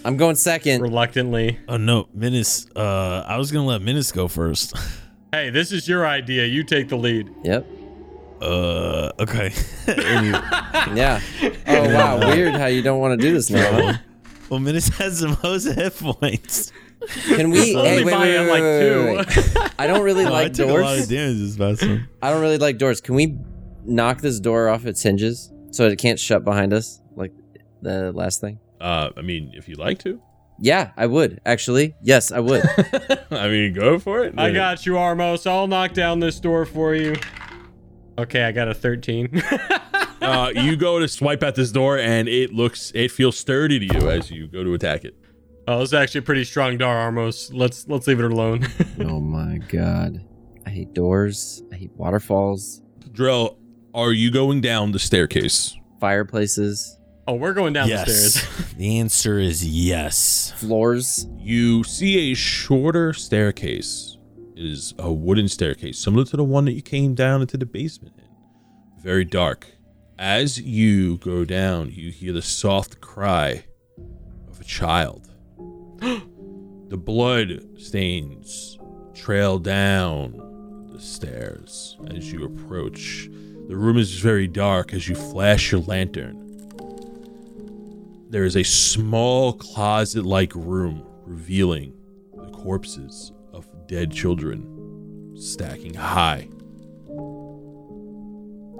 I'm going second. Reluctantly. Oh no, Menace. Uh, I was gonna let Menace go first. Hey, this is your idea. You take the lead. Yep. Uh, okay. Anyway, Yeah. Oh wow, weird how you don't want to do this Uh-huh. now. huh? well, Menace has the most hit points. Can we? hey, Only wait, wait, by wait, like wait, two. wait, wait. I don't really Oh, I like took a lot of doors. damage this past one. I don't really like doors. Can we knock this door off its hinges so it can't shut behind us like the last thing? Uh, I mean, if you'd like to, Yeah, I would actually. Yes, I would. I mean, go for it. I got you, Armos. I'll knock down this door for you. Okay, I got a 13. Uh, you go to swipe at this door, and it looks, it feels sturdy to you as you go to attack it. oh, this is actually a pretty strong door, Armos. Let's let's leave it alone. oh my god, I hate doors. I hate waterfalls, Drell, are you going down the staircase? fireplaces, oh, we're going down the yes. stairs. The answer is yes. floors. You see a shorter staircase. It is a wooden staircase, similar to the one that you came down into the basement in. Very dark. As you go down, you hear the soft cry of a child. the blood stains trail down the stairs as you approach. The room is very dark as you flash your lantern. There is a small closet like room revealing the corpses of dead children stacking high.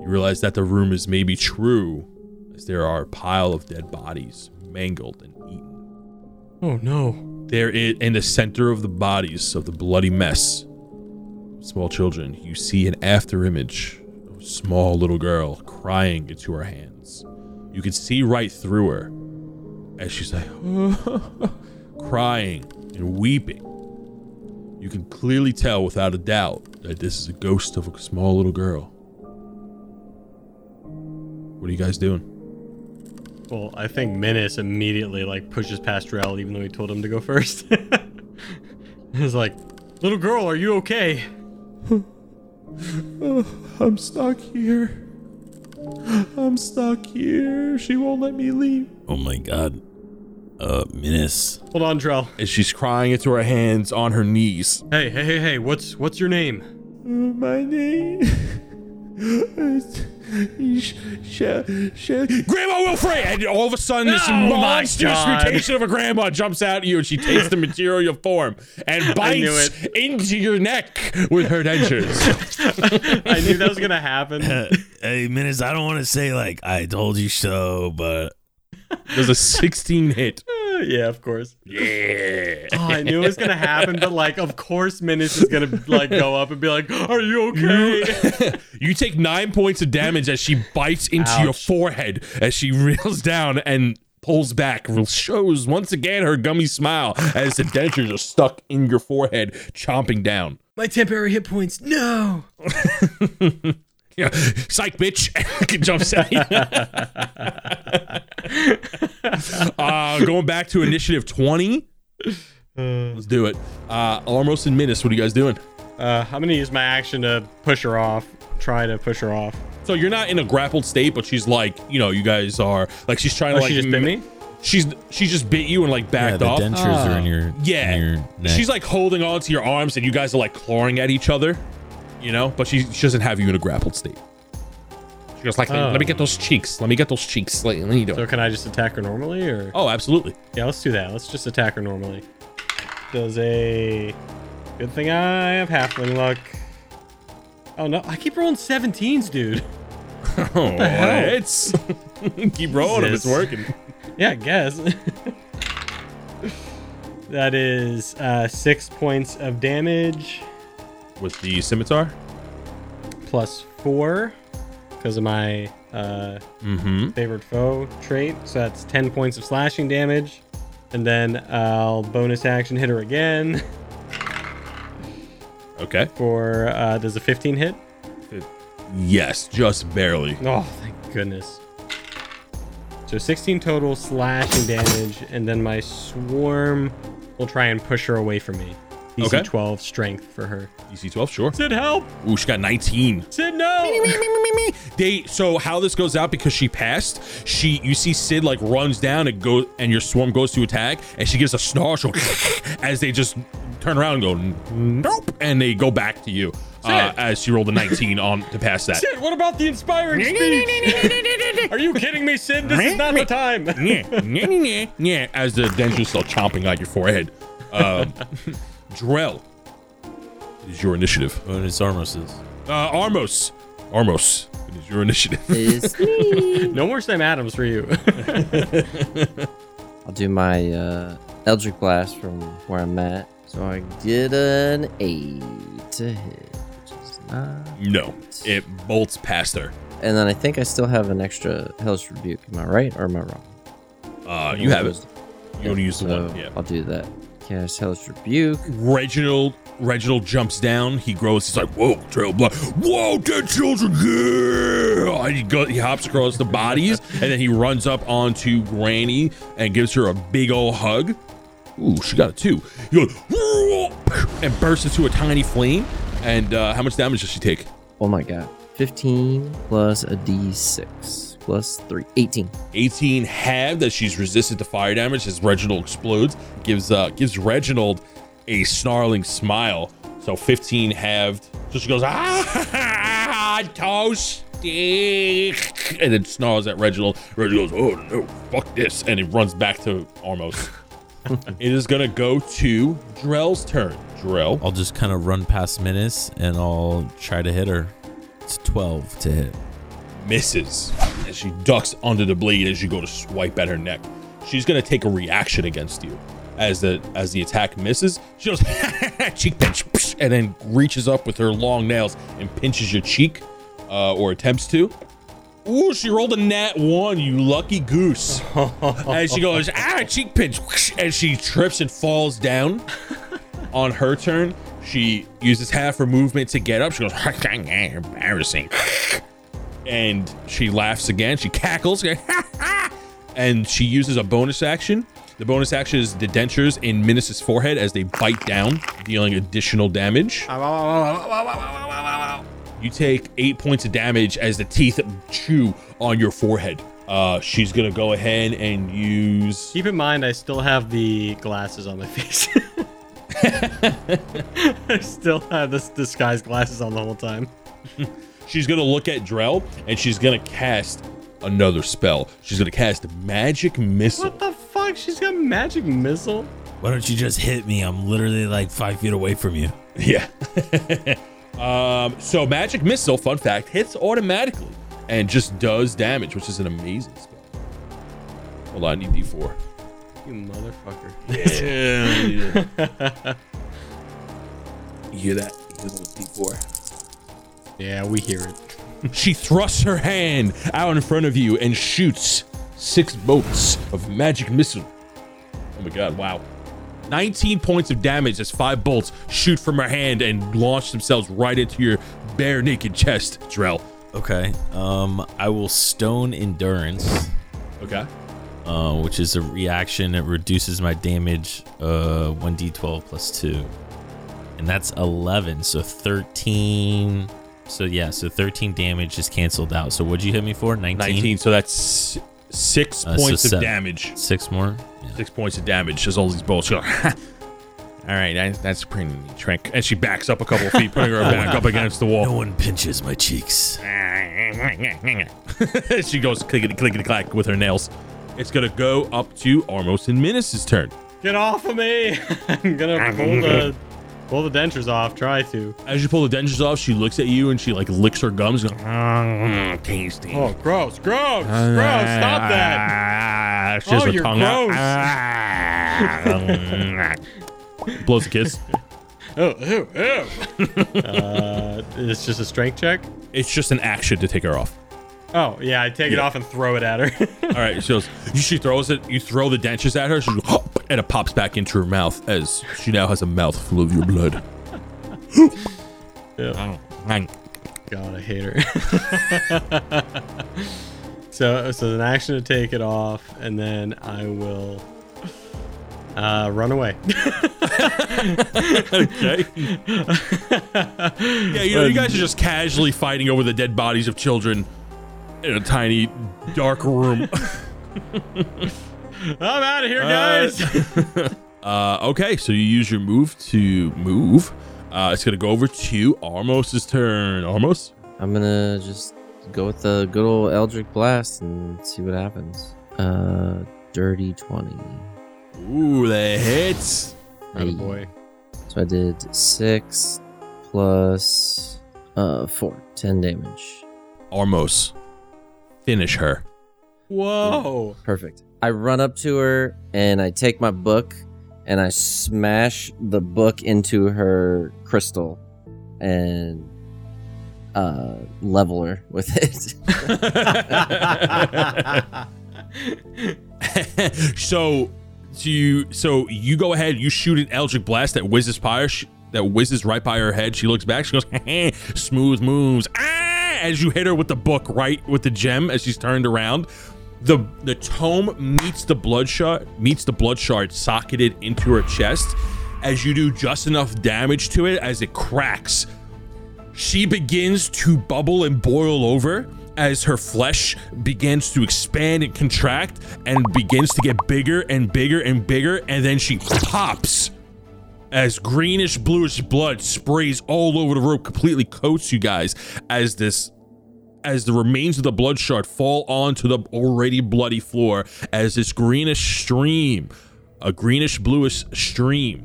You realize that the room is maybe true, as there are a pile of dead bodies mangled and eaten. Oh no. There is, in the center of the bodies of the bloody mess, small children, you see an after image of a small little girl crying into her hands. You can see right through her as she's like crying and weeping. You can clearly tell without a doubt that this is a ghost of a small little girl. What are you guys doing? Well, I think Menace immediately like pushes past Drell, even though he told him to go first. He's like, "Little girl, are you okay?" I'm stuck here. I'm stuck here. She won't let me leave. Oh my god. Uh, Menace. Hold on, Drell. As she's crying into her hands on her knees. Hey, hey, hey, hey. What's what's your name? Oh, My name is Grandma Wilfred! And all of a sudden, this Oh my monstrous God. mutation of a grandma jumps out at you and she takes the material form and knew bites into your neck with her dentures. I knew that was gonna happen. hey, Menace. I don't want to say like I told you so, but There's a 16 hit. yeah, of course. Yeah. Oh, I knew it was gonna happen, but like, of course, Menace is gonna like go up and be like, "Are you okay?" You take nine points of damage as she bites into your Ouch. forehead as she reels down and pulls back, shows once again her gummy smile as the dentures are stuck in your forehead, chomping down. My temporary hit points. No. Yeah, psych, bitch. It jumps out. uh, going back to initiative 20. Let's do it. Uh, Almost in Menace, what are you guys doing? Uh, I'm gonna use my action to push her off. Try to push her off. So you're not in a grappled state, but she's like, you know, you guys are like she's trying Oh, to like she just bit m- me. She's she just bit you and like yeah, backed the off. Oh. dentures are in your yeah, in your neck. she's like holding on to your arms, and you guys are like clawing at each other, you know. But she, she doesn't have you in a grappled state. She goes like, Oh. "Let me get those cheeks. Let me get those cheeks. Like, let me do it." So can I just attack her normally, or Oh, absolutely. yeah, let's do that. Let's just attack her normally. Does a good thing I have halfling luck. Oh no, I keep rolling 17s, dude. Oh, it's keep rolling them. It's Jesus. working. Yeah, I guess. that is uh, six points of damage With the scimitar, plus four because of my uh, Mm-hmm. favorite foe trait. So that's 10 points of slashing damage. And then I'll bonus action hit her again Okay. for, uh, does a 15 hit? Yes, just barely. Oh, thank goodness. So 16 total slashing damage, and then my swarm will try and push her away from me. DC Okay. 12 strength for her. DC 12, E sure. Sid, help! Ooh, she got 19. Sid, no! They so how this goes out because she passed. She you see Sid like runs down and go and your swarm goes to attack and she gives a snarl she'll as they just turn around and go nope and they go back to you uh, Sid. as she rolled a 19 on to pass that. Sid, what about the inspiring speech? Are you kidding me, Sid? This is not the time. yeah, yeah, yeah, yeah, as the dentures start chomping on your forehead. Um, Drell it is your initiative. Bonus armoses. Uh, Armos, Armos, it is your initiative. Is- No more Sam Adams for you. I'll do my uh, Eldritch Blast from where I'm at. So I get an 8 to hit, which is not. No, it bolts past her. And then I think I still have an extra Hellish Rebuke. Am I right or am I wrong? Uh, you have it. You only use the So one. Yeah. I'll do that. Cast Hellish Rebuke. Reginald Reginald jumps down. He grows. He's like, "Whoa, trail blood! Whoa, dead children!" Yeah! And he, go, he hops across the bodies, and then he runs up onto Granny and gives her a big old hug. Ooh, she got a two. He goes "Whoa!" and bursts into a tiny flame. And uh, how much damage does she take? Oh my god. 15 plus a d6 plus 3. 18. 18 halved that she's resisted to fire damage as Reginald explodes, gives uh gives Reginald a snarling smile. So 15 halved. So she goes, ah, toasty. And then snarls at Reginald. Reginald goes, oh no, fuck this. And it runs back to Armos. it is going to go to Drell's turn. Drell. I'll just kind of run past Menace and I'll try to hit her. It's 12 to hit. misses as she ducks under the blade as you go to swipe at her neck. She's gonna take a reaction against you as the as the attack misses. She goes cheek pinch, psh, and then reaches up with her long nails and pinches your cheek, uh, or attempts to. Ooh, she rolled a nat one, you lucky goose. and she goes, ah, cheek pinch, whoosh, and she trips and falls down. On her turn, she uses half her movement to get up. She goes, embarrassing and she laughs again. She cackles, and she uses a bonus action. The bonus action is the dentures in Minus's forehead as they bite down, dealing additional damage. You take eight points of damage as the teeth chew on your forehead. Uh, she's gonna go ahead and use. Keep in mind, I still have the glasses on my face. I still have this disguise glasses on the whole time. She's gonna look at Drell and she's gonna cast another spell. She's gonna cast magic missile. What the fuck? She's got magic missile. Why don't you just hit me? I'm literally like five feet away from you. Yeah. um, so magic missile, fun fact, hits automatically and just does damage, which is an amazing spell. Hold on, I need D4. You motherfucker. Yeah. you hear that? You hear the D4. Yeah, we hear it. She thrusts her hand out in front of you and shoots six bolts of magic missile. Oh my god, wow. 19 points of damage as five bolts shoot from her hand and launch themselves right into your bare naked chest, Drell. Okay. Um, I will stone endurance, Okay. uh, which is a reaction that reduces my damage uh 1d12 plus 2. And that's 11, so 13. So yeah, so 13 damage is canceled out. So what'd you hit me for? 19. 19. So that's s- six Uh, so points of seven. damage. Six more. Yeah. Six points of damage as all these bolts go. "Ha." all right, that, that's a pretty neat trick. And she backs up a couple of feet, putting her back up against the No wall. one pinches my cheeks. she goes clickety clickety clack with her nails. It's gonna go up to Armos and Minus's turn. Get off of me! I'm gonna pull the pull the dentures off. Try to. As you pull the dentures off, she looks at you and she like licks her gums. Going, "Mm, tasty. Oh, gross! Gross! Gross! Stop that! that. "Ah," She Oh, has her you're tongue gross. out. Blows a kiss. Oh, ew, ew. uh, it's just a strength check. It's just an action to take her off. Oh yeah, I take it Yeah. off and throw it at her. All right, she goes. You, she throws it. You throw the dentures at her. She goes, and it pops back into her mouth as she now has a mouth full of your blood. God, I hate her. so, so an action to take it off, and then I will uh, run away. okay. yeah, you know, you guys are just casually fighting over the dead bodies of children in a tiny dark room. I'm out of here, guys. Uh, okay, so you use your move to move. Uh, it's gonna go over to Armos's turn. Armos. I'm gonna just go with the good old Eldritch Blast and see what happens. Uh, dirty 20. Ooh, that hits. oh boy. So I did 6 plus uh, 4, 10 damage. Armos, finish her. Whoa. Perfect. I run up to her and I take my book and I smash the book into her crystal and uh, level her with it. so, so you so you go ahead. You shoot an eldritch blast that whizzes by her. sh that whizzes right by her head. She looks back. She goes, "Smooth moves." Ah! As you hit her with the book, right with the gem, as she's turned around, the the tome meets the blood shard meets the blood shard socketed into her chest. As you do just enough damage to it, as it cracks, she begins to bubble and boil over as her flesh begins to expand and contract and begins to get bigger and bigger and bigger. And then she pops as greenish bluish blood sprays all over the room, completely coats you guys as this. As the remains of the blood shard fall onto the already bloody floor, as this greenish stream, a greenish bluish stream,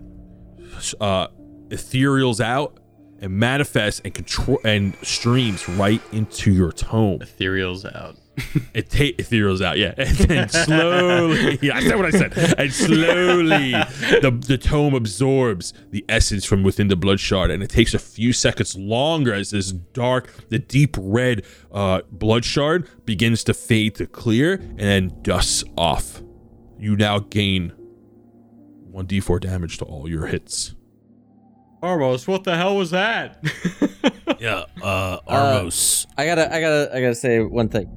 uh, ethereals out and manifests and control and streams right into your tome. Ethereal's out. It ta- ethereals out, yeah, and then slowly. yeah, I said what I said. And slowly, the the tome absorbs the essence from within the blood shard, and it takes a few seconds longer as this dark, the deep red uh, blood shard begins to fade to clear and then dusts off. You now gain one d4 damage to all your hits. Armos, what the hell was that? Yeah, uh, Armos. I gotta, I gotta, I gotta say one thing.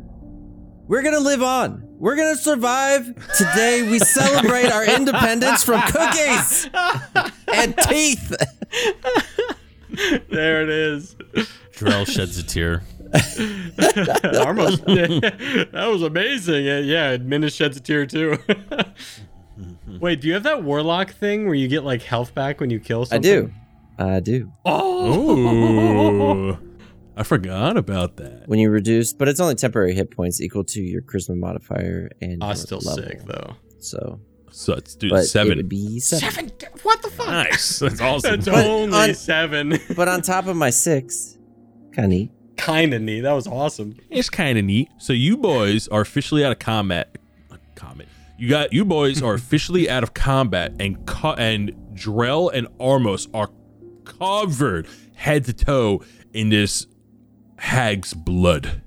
We're gonna live on. We're gonna survive. Today we celebrate our independence from cookies and teeth. there it is. Drell sheds a tear. Armos, that was amazing. Uh, Yeah, Minus sheds a tear too. Wait, do you have that warlock thing where you get like health back when you kill I something? do. I do. Ooh. I forgot about that. When you reduce, but it's only temporary hit points equal to your charisma modifier and Ah, your still level. sick though. So, So it's dude but it seven. would be seven. What the fuck? nice. That's awesome. That's But only on- seven. But on top of my six, kind of neat. kind of neat. That was awesome. it's kind of neat. So you boys are officially out of combat. Combat. You got you boys are officially out of combat, and co- and Drell and Armos are covered head to toe in this hag's blood.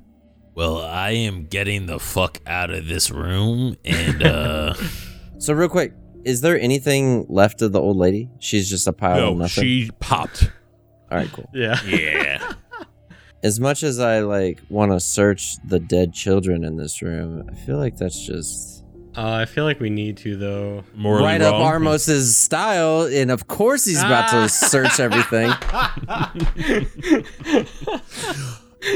Well, I am getting the fuck out of this room, and uh, So real quick, is there anything left of the old lady? She's just a pile no, of nothing. she popped. All right, cool. Yeah. Yeah. as much as I like want to search the dead children in this room, I feel like that's just Uh, I feel like we need to though. Morally right up wrong. Armos's style, and of course he's about to search everything.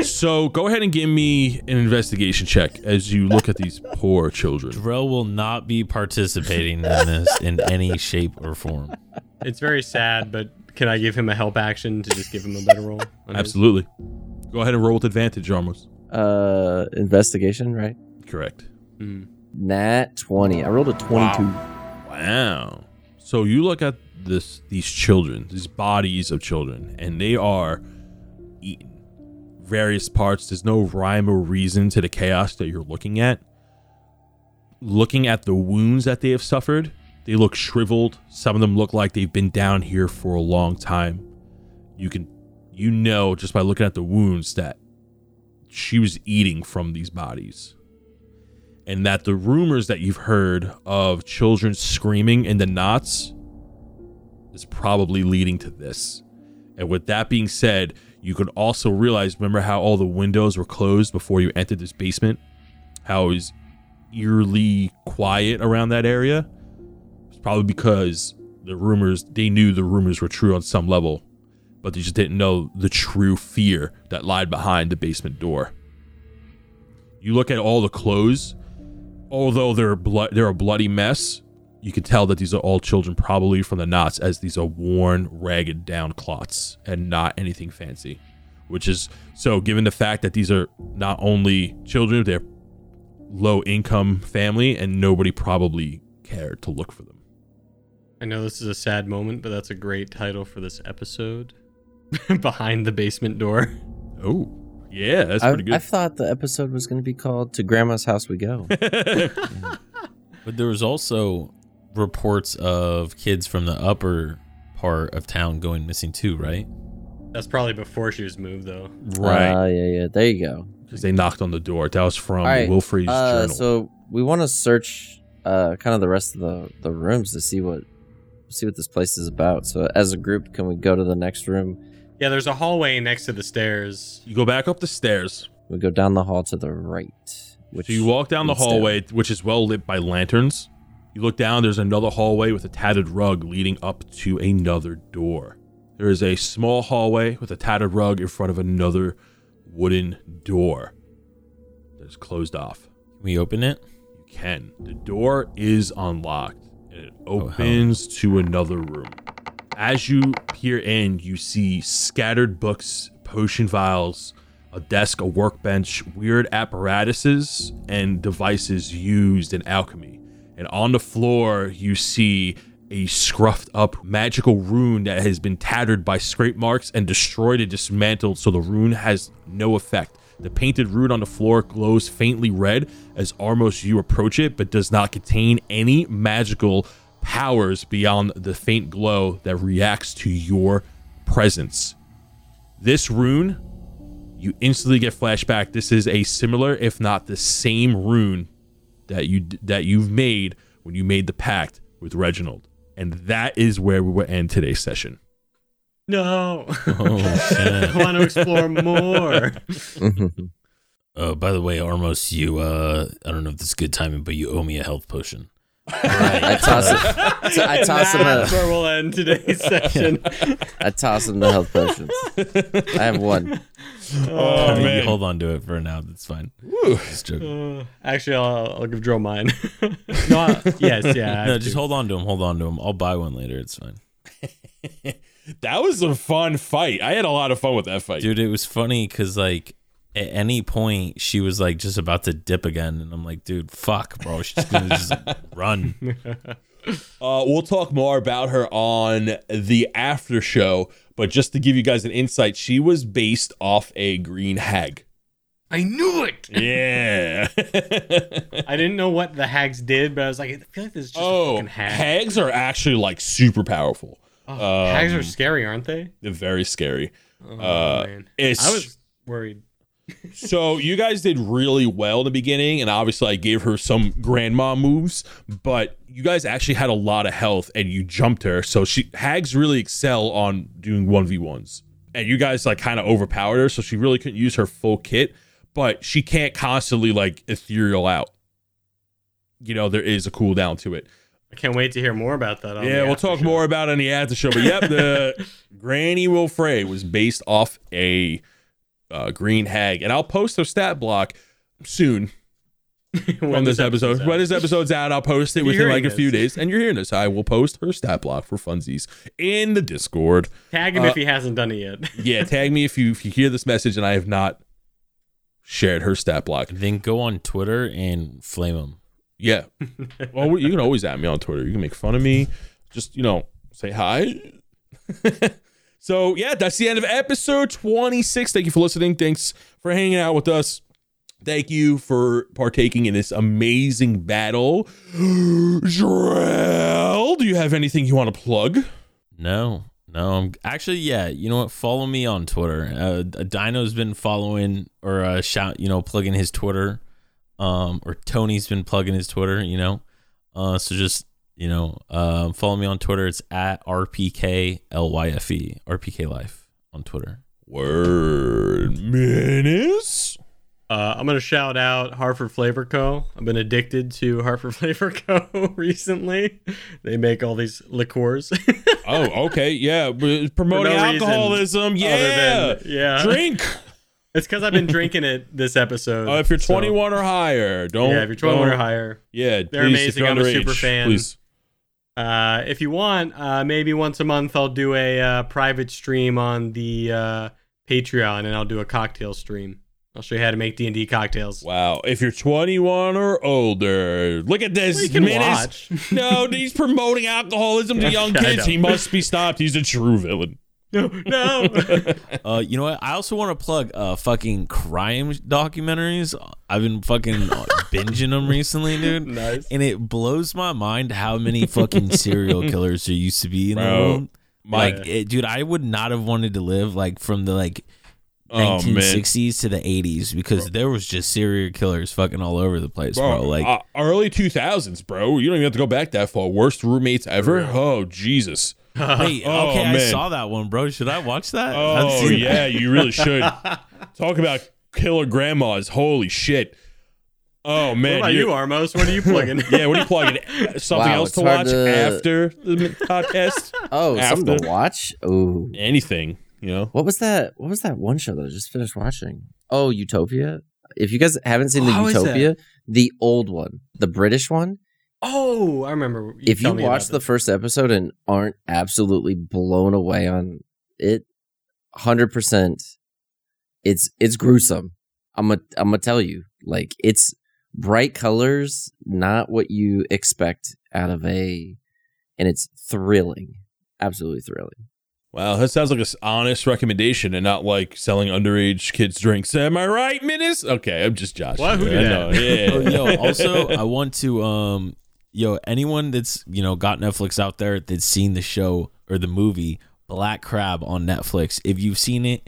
So go ahead and give me an investigation check as you look at these poor children. Drell will not be participating in this in any shape or form. It's very sad, but can I give him a help action to just give him a better roll? on his- Absolutely. Go ahead and roll with advantage, Armos. Uh, investigation, right? Correct. Hmm. Nat twenty. I rolled a twenty-two. Wow. So you look at this these children, these bodies of children, and they are eaten. Various parts. There's no rhyme or reason to the chaos that you're looking at. Looking at the wounds that they have suffered, they look shriveled. Some of them look like they've been down here for a long time. You can you know just by looking at the wounds that she was eating from these bodies. And that the rumors that you've heard of children screaming in the knots is probably leading to this. And with that being said, you could also realize remember how all the windows were closed before you entered this basement? How it was eerily quiet around that area? It's probably because the rumors, they knew the rumors were true on some level, but they just didn't know the true fear that lied behind the basement door. You look at all the clothes, although they're, blood, they're a bloody mess, you can tell that these are all children, probably from the knots, as these are worn, ragged down clots and not anything fancy. Which is so, given the fact that these are not only children, they're low income family, and nobody probably cared to look for them. I know this is a sad moment, but that's a great title for this episode. Behind the basement door. Oh, yeah, that's I, pretty I good. thought the episode was going to be called "To Grandma's House We Go." Uh, But there was also reports of kids from the upper part of town going missing too, right? That's probably before she was moved, though. Uh, yeah, yeah. There you go. Because they knocked on the door. That was from All right, Wilfrey's Uh, journal. So we want to search uh, kind of the rest of the, the rooms to see what see what this place is about. So as a group, can we go to the next room? Yeah, there's a hallway next to the stairs. you go back up the stairs. We go down the hall to the right. Which So you walk down the leads down. hallway, which is well lit by lanterns. You look down, there's another hallway with a tattered rug leading up to another door. There is a small hallway with a tattered rug in front of another wooden door that is closed off. Can we open it? You can. The door is unlocked and it Oh, hell. opens to another room. As you peer in, you see scattered books, potion vials, a desk, a workbench, weird apparatuses, and devices used in alchemy. And on the floor, you see a scruffed up magical rune that has been tattered by scrape marks and destroyed and dismantled, so the rune has no effect. The painted rune on the floor glows faintly red as Armos you approach it, but does not contain any magical powers beyond the faint glow that reacts to your presence. This rune, you instantly get flashback. This is a similar, if not the same rune that you that you've made when you made the pact with Reginald. And that is where we will end today's session. No. Oh shit. I want to explore more. Uh, by the way, Armos, you uh, I don't know if this is good timing, but you owe me a health potion. I toss it. so I toss him That's a, where we'll end today's session. I toss him the health potions. I have one. Oh, You hold on to it for now. That's fine. Just joking. Uh, actually, I'll, I'll give Joe mine. no, I- yes, yeah. I have No, to. just hold on to him. Hold on to him. I'll buy one later. It's fine, That was a fun fight. I had a lot of fun with that fight. dude. It was funny because like at any point she was like just about to dip again, and I'm like, dude, fuck, bro. She's gonna just run. Uh, we'll talk more about her on the after show, but just to give you guys an insight, she was based off a green hag. I knew it. Yeah. I didn't know what the hags did, but I was like, I feel like this is just a oh, fucking hag. hags are actually like super powerful. Oh, Um, hags are scary, aren't they? They're very scary. Oh, uh, man. It's I was worried. so you guys did really well in the beginning, and obviously I gave her some grandma moves, but you guys actually had a lot of health and you jumped her. So she hags really excel on doing one v ones, and you guys like kind of overpowered her, so she really couldn't use her full kit. But she can't constantly like ethereal out. You know there is a cooldown to it. I can't wait to hear more about that. on yeah, Oh, the we'll after talk show. more about it on the after show. But yep, the Granny Wilfray was based off a uh, green hag, and I'll post her stat block soon When on this episode. episode's out. When this episodede's out, I'll post it You're within hearing like a few this. days, and you're hearing this. I will post her stat block for funsies in the Discord. Tag him Uh, if he hasn't done it yet. Yeah, tag me if you if you hear this message and I have not shared her stat block. then go on Twitter and flame him. Yeah. Well, you can always at me on Twitter. You can make fun of me. Just, you know, say hi. so, yeah, that's the end of episode 26. Thank you for listening. Thanks for hanging out with us. Thank you for partaking in this amazing battle. Jarrell, do you have anything you want to plug? No, No, I'm actually yeah. You know what? Follow me on Twitter. Uh, Dino's been following or uh, shout, you know, plugging his Twitter. Um, or Tony's been plugging his Twitter. You know, uh, so just you know, uh, follow me on Twitter. It's at rpklyfe, rpk life on Twitter. Word menace. Uh, I'm gonna shout out Harford Flavor Co. I've been addicted to Harford Flavor Co. recently. They make all these liqueurs. Oh, okay, yeah. b- Promoting no reason alcoholism. Yeah. Other than, yeah. Drink. It's because I've been drinking it this episode. Uh, if you're so- 21 or higher, don't. yeah, if you're 21 don't- or higher, Yeah, They're please, if amazing. you're I'm a underage, super fan. Please. Uh, if you want, uh, maybe once a month I'll do a uh, private stream on the uh, Patreon, and I'll do a cocktail stream. I'll show you how to make D and D cocktails. Wow. If you're 21 or older, look at this. Well, you can menace. watch. No, he's promoting alcoholism to young I kids. know. He must be stopped. He's a true villain. no, no. Uh, you know what? I also want to plug uh fucking crime documentaries. I've been fucking binging them recently, dude. Nice. And it blows my mind how many fucking serial killers there used to be in the Bro, world. my- like, it, dude, I would not have wanted to live like from the like Oh, man. 1960s to the 80s because there was just serial killers fucking all over the place, bro. like, uh, early 2000s, bro. You don't even have to go back that far. Worst roommates ever. Oh, Jesus. wait, oh, okay, I man. saw that one, bro. Should I watch that? I've Oh, seen- yeah, you really should. Talk about killer grandmas. Holy shit. Oh, what man. about you, you're- Armos? What are you plugging? Yeah, what are you plugging? Something Wow, else it's to hard watch to- after the podcast? Oh, something After. to watch. Oh, Anything, you know? what was that? What was that one show that I just finished watching? Oh, Utopia. If you guys haven't seen the How is that? Utopia, the old one, the British one, Oh, I remember. if you telling me about watch the this. first episode and aren't absolutely blown away on it, hundred percent, it's it's gruesome. I'm a, I'm gonna tell you, like it's bright colors, not what you expect out of a, and it's thrilling, absolutely thrilling. Wow, that sounds like an honest recommendation and not like selling underage kids drinks. Am I right, Minus? Okay, I'm just Josh. Why, who did I that? know, Yeah. oh, yo, also, I want to, um, yo, anyone that's, you know, got Netflix out there that's seen the show or the movie Black Crab on Netflix, if you've seen it,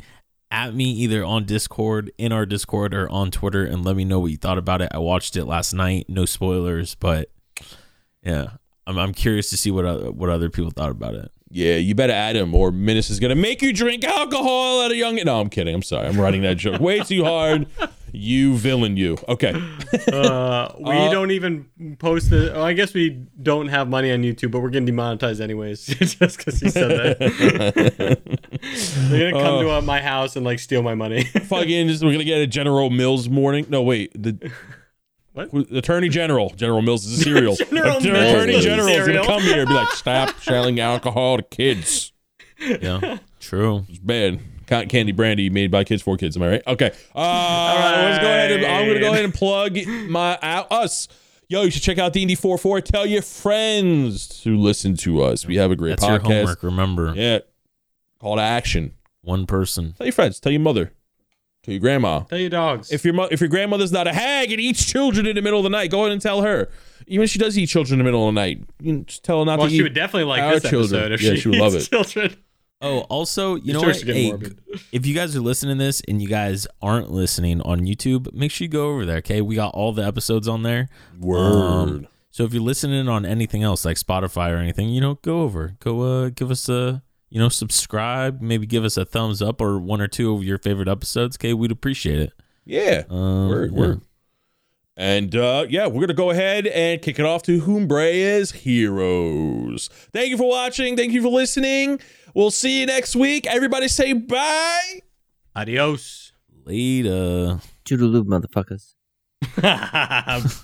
at me either on Discord, in our Discord, or on Twitter, and let me know what you thought about it. I watched it last night. No spoilers, but yeah, I'm, I'm curious to see what o- what other people thought about it. Yeah, you better add him, or Minus is gonna make you drink alcohol at a young. No, I'm kidding. I'm sorry. I'm writing that joke way too hard. You villain, you. Okay. uh, we Uh, don't even post it. Oh, I guess we don't have money on YouTube, but we're getting demonetized anyways, just because he said that. They're gonna come to uh, my house and like steal my money. Fucking, just, we're gonna get a General Mills morning. No, wait. The What? who- Attorney General. General Mills is a cereal. General Attorney Mills is a General is gonna cereal. come here and be like, stop selling alcohol to kids. Yeah, true. It's bad. Cotton candy brandy made by kids for kids. Am I right? Okay. Uh, Let's go ahead. And, I'm gonna go ahead and plug my out us. Yo, you should check out D&D 44. Tell your friends to listen to us. We have a great That's your podcast. homework. Remember, Yeah. Call to action. one person. Tell your friends. Tell your mother. Tell your grandma. Tell your dogs. If your mo- if your grandmother's not a hag and eats children in the middle of the night, go ahead and tell her. Even if she does eat children in the middle of the night, you can just tell her not well, to she eat. would definitely like our this children. episode. If Yeah, she, she would love eats it. Children. Oh, also, you know starts what? to get Hey, morbid. if you guys are listening to this and you guys aren't listening on YouTube, make sure you go over there. Okay, we got all the episodes on there. Um, so if you're listening on anything else like Spotify or anything, you know, go over, go uh, give us a you know subscribe, maybe give us a thumbs up or one or two of your favorite episodes. Okay, we'd appreciate it. yeah. Um, word, yeah. word. And uh, yeah, we're gonna go ahead and kick it off to Humbrea's Heroes. Thank you for watching. Thank you for listening. We'll see you next week. Everybody say bye. Adios. Later. Toodaloo, motherfuckers.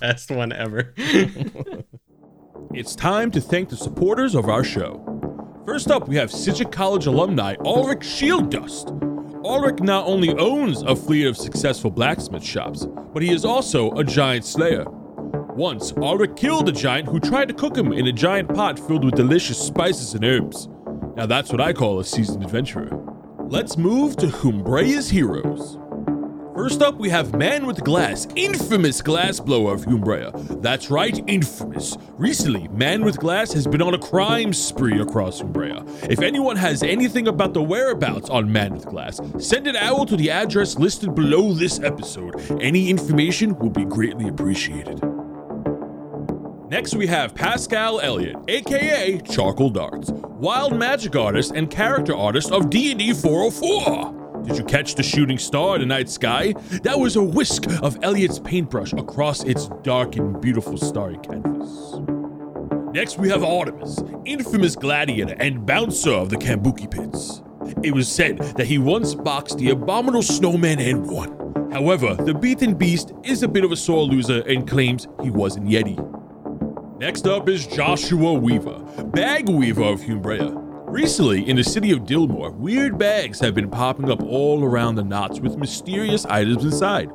Best one ever. It's time to thank the supporters of our show. First up, we have Sidgwick College alumni Ulrich Shieldust. Ulrich not only owns a fleet of successful blacksmith shops, but he is also a giant slayer. Once, Ulrich killed a giant who tried to cook him in a giant pot filled with delicious spices and herbs. Now that's what I call a seasoned adventurer. Let's move to Humbrea's heroes. First up, we have Man with Glass, infamous glassblower of Umbrea. That's right, infamous. Recently, Man with Glass has been on a crime spree across Umbrea. If anyone has anything about the whereabouts on Man with Glass, send an owl to the address listed below this episode. Any information will be greatly appreciated. Next, we have Pascal Elliott, aka Charcoal Darts, wild magic artist and character artist of D&D 404. Did you catch the shooting star in the night sky? That was a whisk of Elliott's paintbrush across its dark and beautiful starry canvas. Next, we have Artemis, infamous gladiator and bouncer of the Kambuki pits. It was said that he once boxed the abominable snowman and won. However, the beaten beast is a bit of a sore loser and claims he wasn't Yeti. Next up is Joshua Weaver, bag weaver of Humbrea. Recently, in the city of Dilmore, weird bags have been popping up all around the knots with mysterious items inside.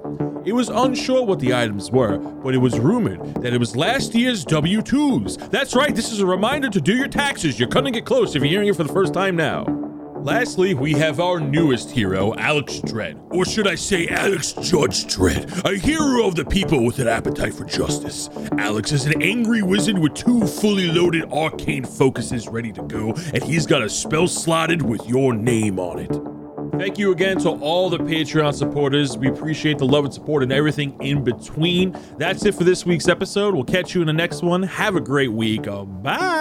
It was unsure what the items were, but it was rumored that it was last year's W 2s. That's right, this is a reminder to do your taxes. You're cutting it close if you're hearing it for the first time now. Lastly, we have our newest hero, Alex Dredd. Or should I say, Alex Judge Dredd, a hero of the people with an appetite for justice. Alex is an angry wizard with two fully loaded arcane focuses ready to go, and he's got a spell slotted with your name on it. Thank you again to all the Patreon supporters. We appreciate the love and support and everything in between. That's it for this week's episode. We'll catch you in the next one. Have a great week. Uh, Bye.